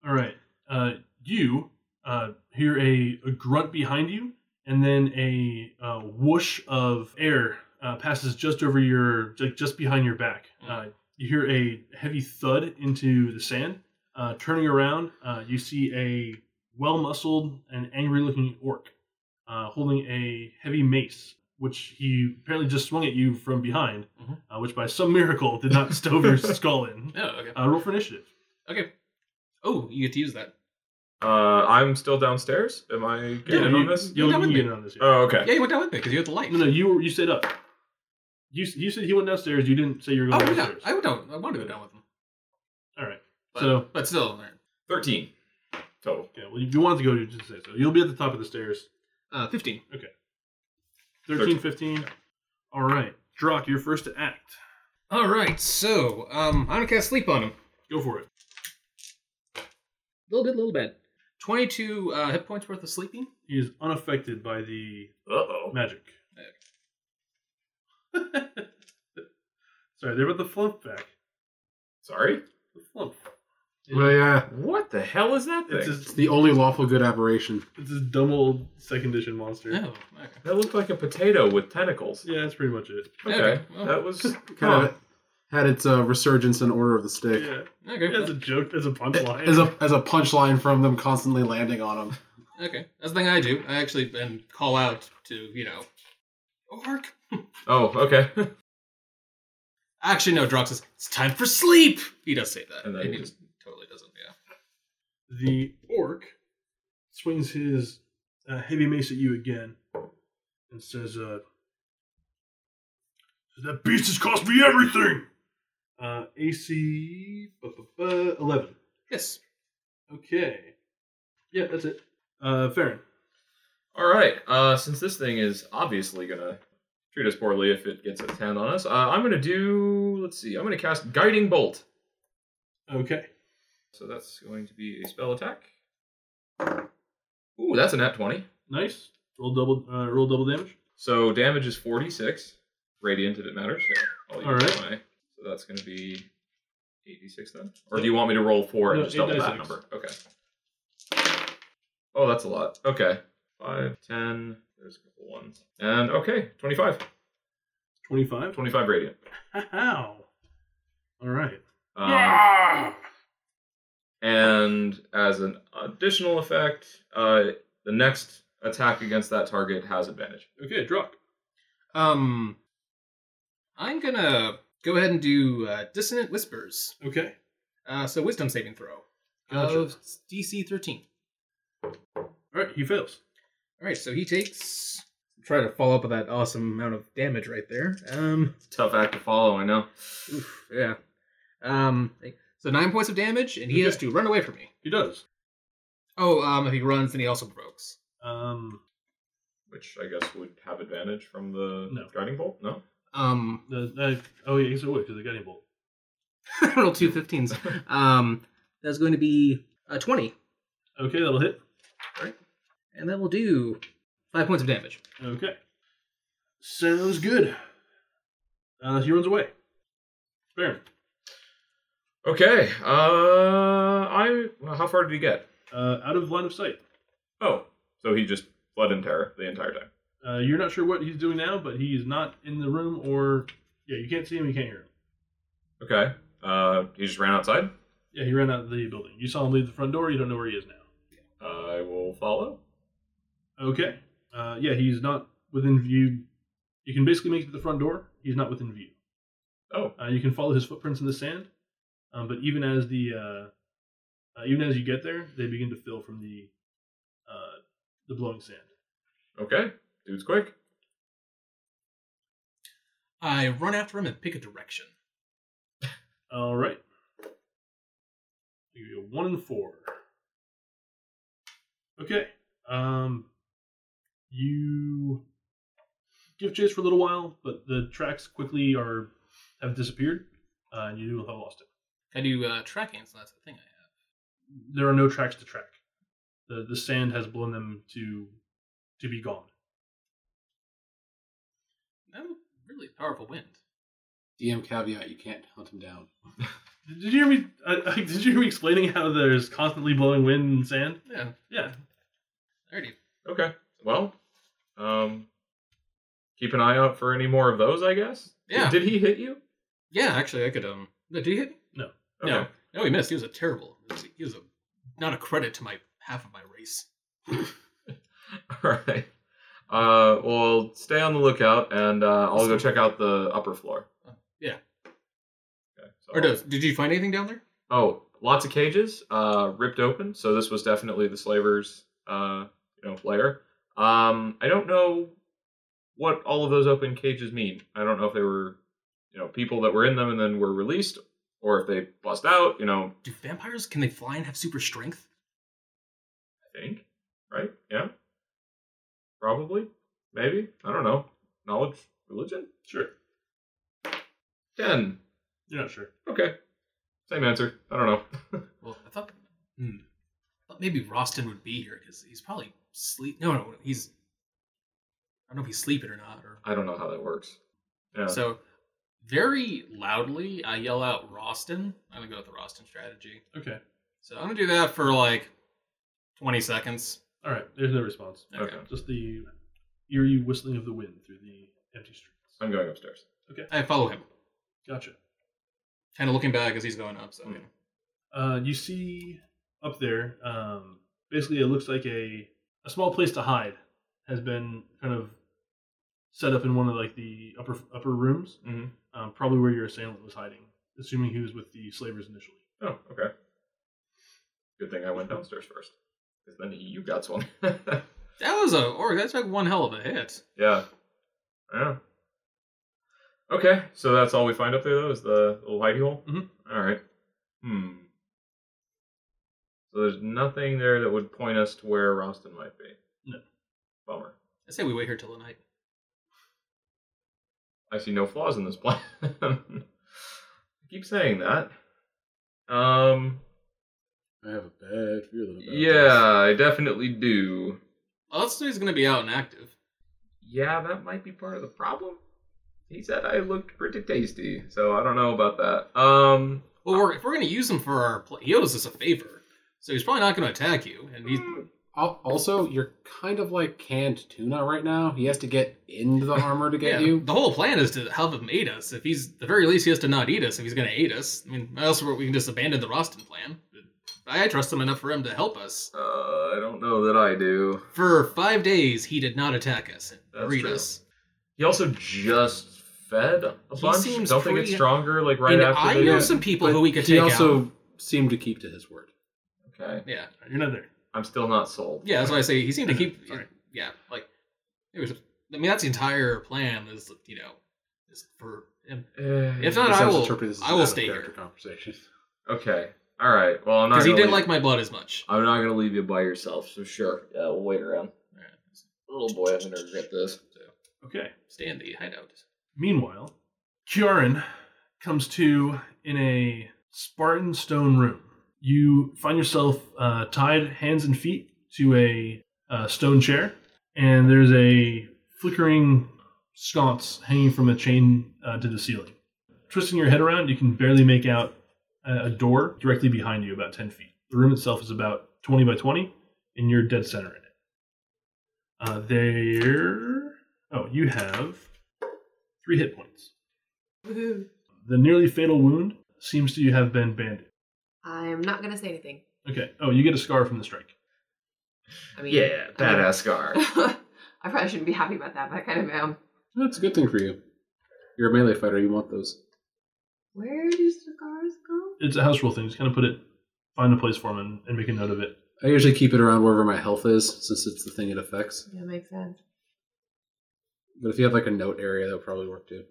Speaker 1: All right. Uh, you uh, hear a, a grunt behind you, and then a uh, whoosh of air uh, passes just over your, like just behind your back. Uh, you hear a heavy thud into the sand. Uh, turning around, uh, you see a well muscled and angry looking orc uh, holding a heavy mace, which he apparently just swung at you from behind,
Speaker 2: Mhm.
Speaker 1: uh, which by some miracle did not stove your skull in.
Speaker 2: no, Oh, okay,
Speaker 1: Uh, roll for initiative.
Speaker 2: okay. Oh, you get to use that.
Speaker 5: Uh, I'm still downstairs. Am I getting in
Speaker 1: you,
Speaker 5: on
Speaker 1: You'll,
Speaker 5: this?
Speaker 2: That
Speaker 1: you
Speaker 2: would
Speaker 1: can
Speaker 2: be-
Speaker 1: get in on this. yeah.
Speaker 5: Oh, okay.
Speaker 2: Yeah, you went down with me because you had the light.
Speaker 1: No, no, you were- you stayed up. You s- you said he went downstairs. You didn't say you were going
Speaker 2: oh yeah,
Speaker 1: downstairs.
Speaker 2: I don't. I want to go down with him.
Speaker 1: All right.
Speaker 2: But,
Speaker 1: So-
Speaker 2: but still, all right.
Speaker 5: Thirteen total.
Speaker 1: Okay. Well, if you wanted to go, you just say so. You'll be at the top of the stairs.
Speaker 2: uh, fifteen.
Speaker 1: 13,
Speaker 5: Thirteen.
Speaker 1: 15. All right, Drock, you're first to act.
Speaker 2: All right, so um, I'm gonna cast sleep on him.
Speaker 1: Go for it.
Speaker 2: little bit, little bit. Twenty-two uh, hit points worth of sleeping.
Speaker 1: He is unaffected by the
Speaker 5: Uh oh.
Speaker 1: magic. (laughs) Sorry, they're about the flump back.
Speaker 5: Sorry.
Speaker 1: The flump.
Speaker 3: Well, yeah.
Speaker 5: What the hell is that thing?
Speaker 1: It's
Speaker 3: It's
Speaker 1: his,
Speaker 3: the only lawful good aberration.
Speaker 1: it's his dumb old second edition monster. Yeah.
Speaker 2: Oh, okay.
Speaker 5: That looked like a potato with tentacles.
Speaker 1: that's pretty much it.
Speaker 5: Okay,
Speaker 2: Okay, well.
Speaker 5: that
Speaker 2: (laughs)
Speaker 5: was
Speaker 3: Kind
Speaker 5: huh.
Speaker 3: of had its uh, resurgence in Order of the Stick.
Speaker 1: Yeah,
Speaker 2: Okay,
Speaker 1: as a joke, as a punchline.
Speaker 3: As a as a punchline from them constantly landing on him.
Speaker 2: okay. That's the thing I do. I actually and call out to you know, orc.
Speaker 5: Oh, okay. (laughs)
Speaker 2: Actually, no. Drox says it's time for sleep. He does say that,
Speaker 5: And
Speaker 2: and,
Speaker 5: then he
Speaker 2: he
Speaker 5: just-
Speaker 2: totally doesn't. Yeah.
Speaker 1: The orc swings his uh, heavy mace at you again and says, uh, That beast has cost me everything! Uh, AC bu- bu- bu- 11.
Speaker 2: Yes.
Speaker 1: Okay. Yeah, that's it. Uh, Farron.
Speaker 5: All right. Uh, since this thing is obviously gonna treat us poorly if it gets its hand on us, uh, I'm gonna do. Let's see. I'm gonna cast Guiding Bolt.
Speaker 1: Okay.
Speaker 5: So that's going to be a spell attack. Ooh, that's a nat twenty.
Speaker 1: Nice. Roll double uh, roll double damage.
Speaker 5: So damage is 46. Radiant, if it matters. Here, I'll use
Speaker 1: All right.
Speaker 5: my- so that's going to be 86 then? Or do you want me to roll 4 and
Speaker 1: No,
Speaker 5: just double
Speaker 1: eight
Speaker 5: that
Speaker 1: dice six.
Speaker 5: number? Okay. Oh, that's a lot. Okay. 5, 10, there's a couple ones. And okay, 25.
Speaker 1: 25.
Speaker 5: 25 radiant.
Speaker 1: How? All right.
Speaker 5: Um, And as an additional effect, uh, the next attack against that target has advantage.
Speaker 1: Okay, Drock.
Speaker 2: Um, I'm gonna go ahead and do uh, dissonant whispers.
Speaker 1: Okay.
Speaker 2: Uh, so wisdom saving throw
Speaker 1: Gotcha.
Speaker 2: of DC 13.
Speaker 1: All right, he fails.
Speaker 2: All right, so he takes. Try to follow up with that awesome amount of damage right there. Um,
Speaker 5: Tough act to follow, I know.
Speaker 2: oof, yeah. Um, so nine points of damage, and he has
Speaker 1: Okay.
Speaker 2: to run away from me.
Speaker 1: He does.
Speaker 2: Oh, um, if he runs, then he also provokes.
Speaker 1: Um,
Speaker 5: Which I guess would have advantage from the
Speaker 1: No.
Speaker 5: guiding bolt? No?
Speaker 2: Um, (laughs)
Speaker 1: the, the, oh, yeah, he's away because the guiding bolt.
Speaker 2: I rolled two 15s. Um, that's going to be a twenty,
Speaker 1: Okay, that'll hit.
Speaker 2: and that will do five points of damage.
Speaker 1: Okay. Sounds good. Uh, he runs away. Baron.
Speaker 5: Okay. Uh, I. Well, how far did he get?
Speaker 1: Uh, out of line of sight.
Speaker 5: Oh, so he just blood and terror the entire time.
Speaker 1: Uh, you're not sure what he's doing now, but he is not in the room or. Yeah, you can't see him, you can't hear him.
Speaker 5: Okay. Uh, he just ran outside.
Speaker 1: Yeah, he ran out of the building. You saw him leave the front door, you don't know where he is now.
Speaker 5: I will follow.
Speaker 1: Okay. Uh, yeah, he's not within view. You can basically make it to the front door, he's not within view.
Speaker 5: Oh,
Speaker 1: Uh, you can follow his footprints in the sand, um, but even as the uh, uh, even as you get there, they begin to fill from the uh, the blowing sand.
Speaker 5: okay. Dude's quick.
Speaker 2: I run after him and pick a direction.
Speaker 1: All right, you get one and four. Okay, um, you give chase for a little while, but the tracks quickly are have disappeared, uh, and you have lost him.
Speaker 2: I do uh, tracking, so that's the thing I have.
Speaker 1: there are no tracks to track. The the sand has blown them to to be gone.
Speaker 2: That was really powerful wind.
Speaker 3: DM caveat: you can't hunt him down.
Speaker 1: Did you hear me? Uh, (laughs) did you hear me explaining how there's constantly blowing wind and sand?
Speaker 2: Yeah,
Speaker 1: Yeah.
Speaker 2: already.
Speaker 5: Okay. Well, um, keep an eye out for any more of those, I guess.
Speaker 2: Yeah.
Speaker 5: Did he hit you?
Speaker 2: Yeah, actually, I could. Um, no, did he hit? me?
Speaker 5: Okay. (laughs)
Speaker 2: No, no, he missed. He was a terrible. He was, a, he was a not a credit to my half of my race.
Speaker 5: All right. Uh, well, stay on the lookout, and uh, I'll go check out the upper floor.
Speaker 2: Yeah.
Speaker 5: Okay. So
Speaker 2: Or does did you find anything down there?
Speaker 5: Oh, lots of cages uh, ripped open. So this was definitely the slavers, uh, you know, lair. Um, I don't know what all of those open cages mean. I don't know if they were, you know, people that were in them and then were released, or if they bust out. You know,
Speaker 2: Do vampires can they fly and have super strength?
Speaker 5: I think right, yeah, probably, maybe. I don't know. Knowledge, religion,
Speaker 1: Sure.
Speaker 5: ten.
Speaker 1: You're not sure.
Speaker 5: Okay, same answer. I don't know.
Speaker 2: Well, I thought, hmm, I thought maybe Roston would be here because he's probably sleep. No, no, he's. I don't know if he's sleeping or not. Or
Speaker 5: I don't know how that works. Yeah.
Speaker 2: so, very loudly, I yell out Roston. I'm gonna go with the Roston strategy.
Speaker 1: Okay.
Speaker 2: So I'm gonna do that for like 20 seconds.
Speaker 1: All right. There's no response.
Speaker 5: okay.
Speaker 1: Just the eerie whistling of the wind through the empty streets.
Speaker 5: I'm going upstairs.
Speaker 2: I follow him,
Speaker 1: Gotcha.
Speaker 2: kind of looking back as he's going up. So,
Speaker 5: Hmm.
Speaker 1: Uh, you see up there. Um, basically, it looks like a a small place to hide has been kind of set up in one of like the upper upper rooms,
Speaker 5: Mhm.
Speaker 1: um, probably where your assailant was hiding, assuming he was with the slavers initially.
Speaker 5: Oh, okay. Good thing I went downstairs first. Because then you got swung. (laughs)
Speaker 2: that was a or that took one hell of a hit.
Speaker 5: yeah. Yeah. Okay, so that's all we find up there, though, is the little hidey hole?
Speaker 1: Mhm.
Speaker 5: All right. Hmm. So there's nothing there that would point us to where Roston might be.
Speaker 1: No.
Speaker 5: Bummer.
Speaker 2: I say we wait here till the night.
Speaker 5: I see no flaws in this plan. (laughs) I keep saying that. Um.
Speaker 3: I have a bad feeling. About
Speaker 5: Yeah, I definitely do.
Speaker 2: Well, let's say he's gonna be out and active.
Speaker 5: Yeah, that might be part of the problem. He said I looked pretty tasty, so I don't know about that. Um,
Speaker 2: Well, we're, if we're gonna use him for our play, he owes us a favor, so he's probably not gonna attack you. And he's
Speaker 5: mm,
Speaker 3: Al- Also, you're kind of like canned tuna right now. He has to get into the armor to get
Speaker 2: Yeah,
Speaker 3: you.
Speaker 2: The whole plan is to have him eat us. If he's the very least, he has to not eat us. If he's gonna eat us, I mean, else we can just abandon the Roston plan. I trust him enough for him to help us.
Speaker 5: uh, I don't know that I do.
Speaker 2: For five days, he did not attack us.
Speaker 5: That's
Speaker 2: read
Speaker 5: true.
Speaker 2: us.
Speaker 5: He also just fed a
Speaker 2: He
Speaker 5: bunch.
Speaker 2: seems
Speaker 5: don't they get
Speaker 2: pretty-
Speaker 5: stronger like right
Speaker 2: and
Speaker 5: after
Speaker 2: I
Speaker 5: they
Speaker 2: know
Speaker 5: did?
Speaker 2: some people
Speaker 3: But
Speaker 2: who we could
Speaker 3: he
Speaker 2: take
Speaker 3: also
Speaker 2: out.
Speaker 3: seemed to keep to his word.
Speaker 5: Okay,
Speaker 2: Yeah,
Speaker 1: You're not there.
Speaker 5: I'm still not sold.
Speaker 2: yeah. That's why I say he seemed to keep.
Speaker 1: Sorry.
Speaker 2: Yeah, like it was. I mean, that's the entire plan. Is you know, is for him
Speaker 5: Eh,
Speaker 2: If not,
Speaker 3: This
Speaker 2: I
Speaker 3: sounds
Speaker 2: will-
Speaker 3: interpreted as
Speaker 2: I
Speaker 3: an
Speaker 2: will
Speaker 3: out of
Speaker 2: stay
Speaker 3: character
Speaker 2: here.
Speaker 3: Conversation.
Speaker 5: okay, all right. Well, I'm not
Speaker 2: because he
Speaker 5: gonna
Speaker 2: didn't
Speaker 5: leave-
Speaker 2: like my blood as much.
Speaker 5: I'm not gonna leave you by yourself. So sure, yeah, we'll wait around. Little boy, I'm gonna regret this.
Speaker 1: Okay.
Speaker 2: Stay in the hideout.
Speaker 1: Meanwhile, Kieran comes to in a Spartan stone room. You find yourself uh, tied hands and feet to a uh, stone chair, and there's a flickering sconce hanging from a chain uh, to the ceiling. Twisting your head around, you can barely make out a a door directly behind you, about 10 feet. The room itself is about 20 by 20, and you're dead center in it. Uh, there. Oh, you have three hit points.
Speaker 4: Woohoo.
Speaker 1: The nearly fatal wound seems to have been banded.
Speaker 4: I'm not gonna say anything.
Speaker 1: Okay. Oh, you get a scar from the strike.
Speaker 4: I mean,
Speaker 5: Yeah,
Speaker 2: (laughs)
Speaker 5: badass scar.
Speaker 4: (laughs) I probably shouldn't be happy about that, but I kind of am.
Speaker 3: That's a good thing for you. You're a melee fighter. You want those.
Speaker 4: Where do cigars go?
Speaker 1: It's a house rule thing. Just kind of put it, find a place for him, and, and make a note of it.
Speaker 3: I usually keep it around wherever my health is, since it's the thing it affects.
Speaker 4: Yeah, makes sense.
Speaker 3: But if you have like a note area, that would probably work too.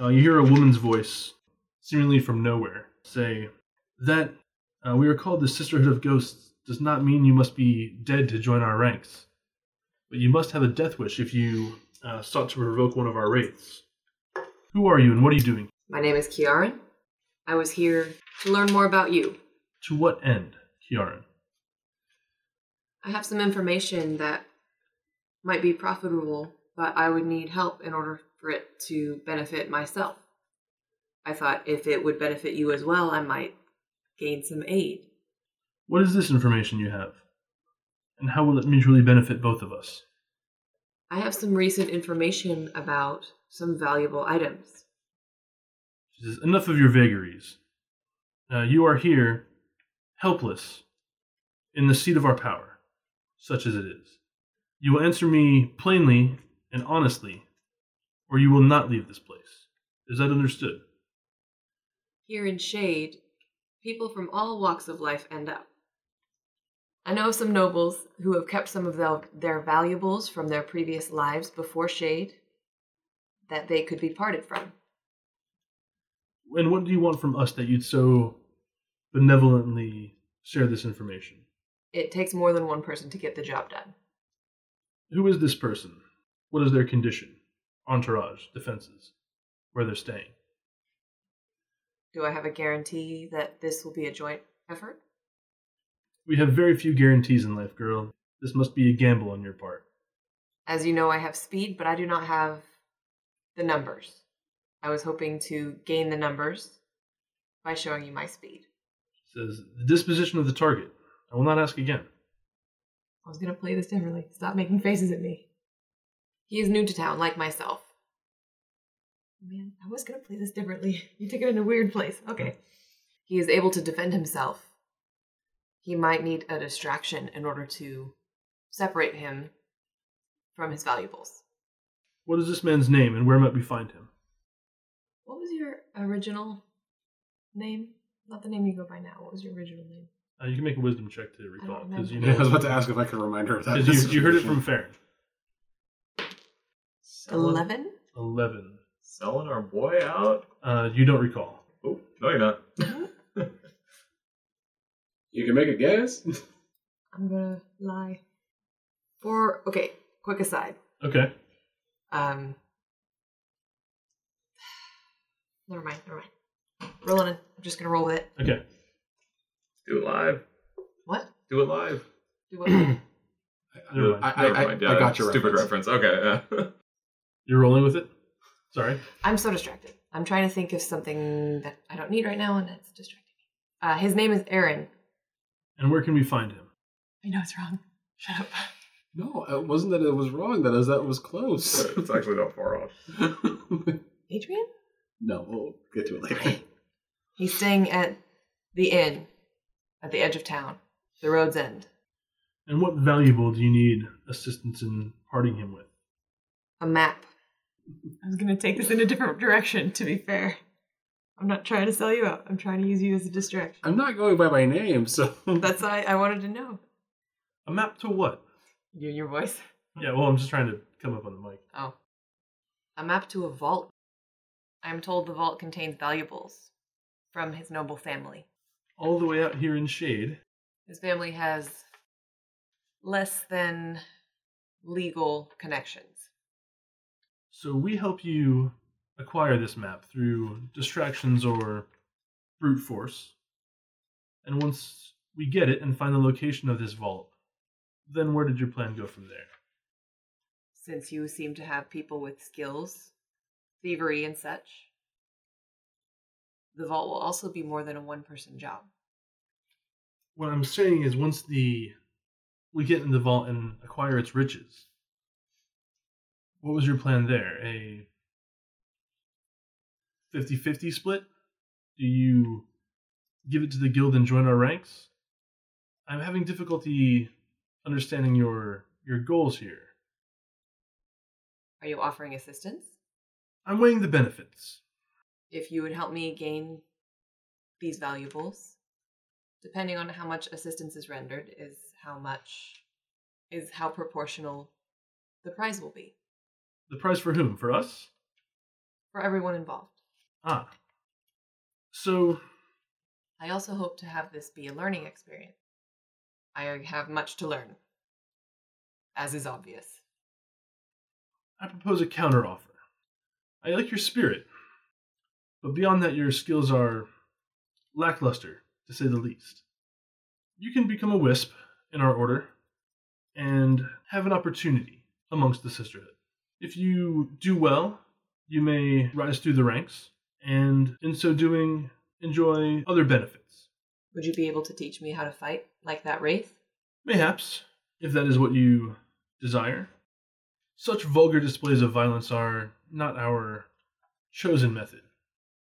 Speaker 1: Uh, you hear a woman's voice, seemingly from nowhere, say, That uh, we are called the Sisterhood of Ghosts does not mean you must be dead to join our ranks, but you must have a death wish if you uh, sought to provoke one of our wraiths. Who are you and what are you doing?
Speaker 4: My name is Kiaran. I was here to learn more about you.
Speaker 1: To what end, Kiaran?
Speaker 4: I have some information that might be profitable, but I would need help in order for it to benefit myself. I thought if it would benefit you as well, I might gain some aid.
Speaker 1: What is this information you have? And how will it mutually benefit both of us?
Speaker 4: I have some recent information about some valuable items.
Speaker 1: She says, Enough of your vagaries. Uh, you are here, helpless, in the seat of our power, such as it is. You will answer me plainly and honestly, or you will not leave this place. Is that understood?
Speaker 4: Here in Shade, people from all walks of life end up. I know of some nobles who have kept some of thel- their valuables from their previous lives before Shade that they could be parted from.
Speaker 1: And what do you want from us that you'd so benevolently share this information?
Speaker 4: It takes more than one person to get the job done.
Speaker 1: Who is this person? What is their condition? Entourage, defenses, where they're staying.
Speaker 4: Do I have a guarantee that this will be a joint effort?
Speaker 1: We have very few guarantees in life, girl. This must be a gamble on your part.
Speaker 4: As you know, I have speed, but I do not have the numbers. I was hoping to gain the numbers by showing you my speed.
Speaker 1: says the disposition of the target. I will not ask again.
Speaker 4: I was going to play this differently. Stop making faces at me. He is new to town, like myself. Man, I was going to play this differently. (laughs) You took it in a weird place. Okay. He is able to defend himself. He might need a distraction in order to separate him from his valuables.
Speaker 1: What is this man's name and where might we find him?
Speaker 4: What was your original name? Not the name you go by now. What was your original name?
Speaker 1: Uh, you can make a wisdom check to recall
Speaker 4: don't
Speaker 1: because you
Speaker 3: (laughs) Yeah,
Speaker 1: know
Speaker 3: (laughs) I was about to ask if I could remind her of that.
Speaker 1: 'cause you, you heard it from Farron.
Speaker 4: Eleven.
Speaker 1: Eleven.
Speaker 5: Selling our boy out?
Speaker 1: Uh, you don't recall.
Speaker 5: Oh, no, you're not.
Speaker 3: You can make a (laughs) guess.
Speaker 4: I'm gonna lie. For okay, quick aside.
Speaker 1: Okay.
Speaker 4: Um. Never mind. Never mind. Rolling. it. I'm just gonna roll with it.
Speaker 1: Okay.
Speaker 5: Do it live.
Speaker 4: What?
Speaker 5: Do it live.
Speaker 4: Do what?
Speaker 1: Never mind.
Speaker 3: I, I, I, I
Speaker 5: yeah,
Speaker 3: got your
Speaker 5: stupid
Speaker 3: reference.
Speaker 5: reference. Okay. Yeah. (laughs)
Speaker 1: You're rolling with it. Sorry.
Speaker 4: I'm so distracted. I'm trying to think of something that I don't need right now, and that's distracting me. Uh, his name is Aaron.
Speaker 1: And where can we find him?
Speaker 4: I know it's wrong. Shut up.
Speaker 3: No, it wasn't that it was wrong. That is that it was close.
Speaker 1: (laughs)
Speaker 3: (laughs)
Speaker 5: it's actually not far off.
Speaker 4: Adrian.
Speaker 3: no, we'll get to it later.
Speaker 4: He's staying at the inn at the edge of town, the road's end.
Speaker 1: And what valuable do you need assistance in parting him with?
Speaker 4: A map. I was going to take this in a different direction, to be fair. I'm not trying to sell you out. I'm trying to use you as a distraction.
Speaker 3: (laughs) I'm not going by my name, (laughs) so
Speaker 4: That's why I wanted to know.
Speaker 1: A map to what?
Speaker 4: You, your voice? (laughs)
Speaker 1: Yeah. Well, I'm just trying to come up on the mic.
Speaker 4: Oh. A map to a vault. I'm told the vault contains valuables from his noble family.
Speaker 1: All the way out here in shade.
Speaker 4: His family has less than legal connections.
Speaker 1: So we help you acquire this map through distractions or brute force. And once we get it and find the location of this vault, then where did your plan go from there?
Speaker 4: Since you seem to have people with skills, thievery, and such, the vault will also be more than a one person job.
Speaker 1: What I'm saying is once the we get in the vault and acquire its riches. What was your plan there? A 50 50 split? Do you give it to the guild and join our ranks? I'm having difficulty understanding your your goals here.
Speaker 4: Are you offering assistance?
Speaker 1: I'm weighing the benefits.
Speaker 4: If you would help me gain these valuables, depending on how much assistance is rendered, is how much is how proportional the prize will be
Speaker 1: The price for whom? For us?
Speaker 4: for everyone involved.
Speaker 1: Ah. So
Speaker 4: I also hope to have this be a learning experience. I have much to learn, as is obvious.
Speaker 1: I propose a counteroffer. I like your spirit, but beyond that, your skills are lackluster, to say the least. You can become a wisp in our order and have an opportunity amongst the sisterhood. If you do well, you may rise through the ranks, and in so doing, enjoy other benefits.
Speaker 4: Would you be able to teach me how to fight like that wraith?
Speaker 1: Mayhaps, if that is what you desire. Such vulgar displays of violence are not our chosen method,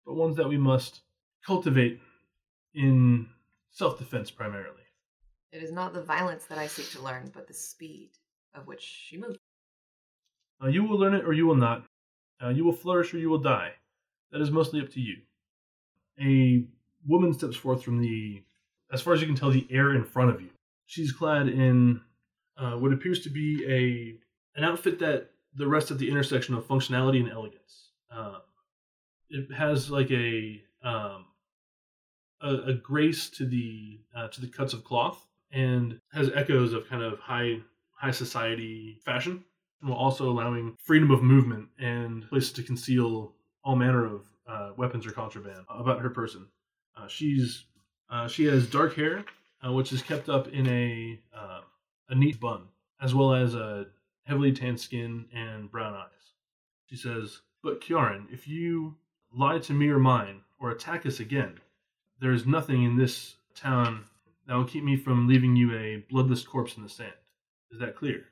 Speaker 1: but ones that we must cultivate in self defense primarily.
Speaker 4: It is not the violence that I seek to learn, but the speed of which she moves.
Speaker 1: Uh, you will learn it or you will not. Uh, you will flourish or you will die. That is mostly up to you. A woman steps forth from the, as far as you can tell, the air in front of you. She's clad in uh, what appears to be a an outfit that the rest of the intersection of functionality and elegance. Um, it has like a um, a, a grace to the uh, to the cuts of cloth and has echoes of kind of high high society fashion while also allowing freedom of movement and places to conceal all manner of uh, weapons or contraband about her person. Uh, she's uh, she has dark hair, uh, which is kept up in a uh, a neat bun, as well as a heavily tanned skin and brown eyes. She says, "But Kjaran, if you lie to me or mine, or attack us again, there is nothing in this town that will keep me from leaving you a bloodless corpse in the sand. Is that clear?"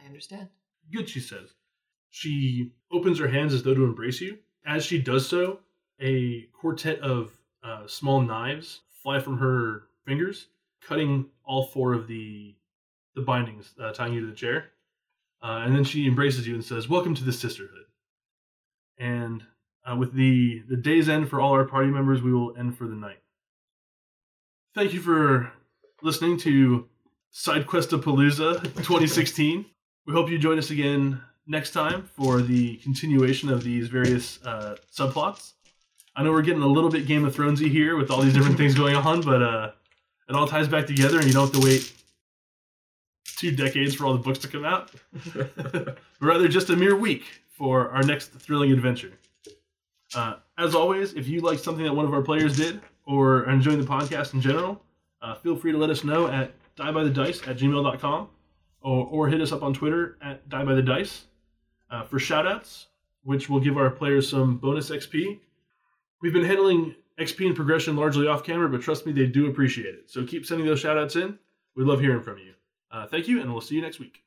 Speaker 4: I understand.
Speaker 1: Good, she says. She opens her hands as though to embrace you. As she does so, a quartet of uh, small knives fly from her fingers, cutting all four of the the bindings uh, tying you to the chair. Uh, and then she embraces you and says, "Welcome to the sisterhood." And uh, with the the day's end for all our party members, we will end for the night. Thank you for listening to SideQuest of Palooza 2016. We hope you join us again next time for the continuation of these various uh, subplots. I know we're getting a little bit Game of Thronesy here with all these different things going on, but uh, it all ties back together, and you don't have to wait two decades for all the books to come out. (laughs) but rather, just a mere week for our next thrilling adventure. Uh, as always, if you like something that one of our players did or are enjoying the podcast in general, uh, feel free to let us know at diebythedice at gmail.com or, or hit us up on Twitter at Die by the Dice uh, for shoutouts, which will give our players some bonus XP. We've been handling XP and progression largely off camera, but trust me, they do appreciate it. So keep sending those shoutouts in. We love hearing from you. Uh, thank you, and we'll see you next week.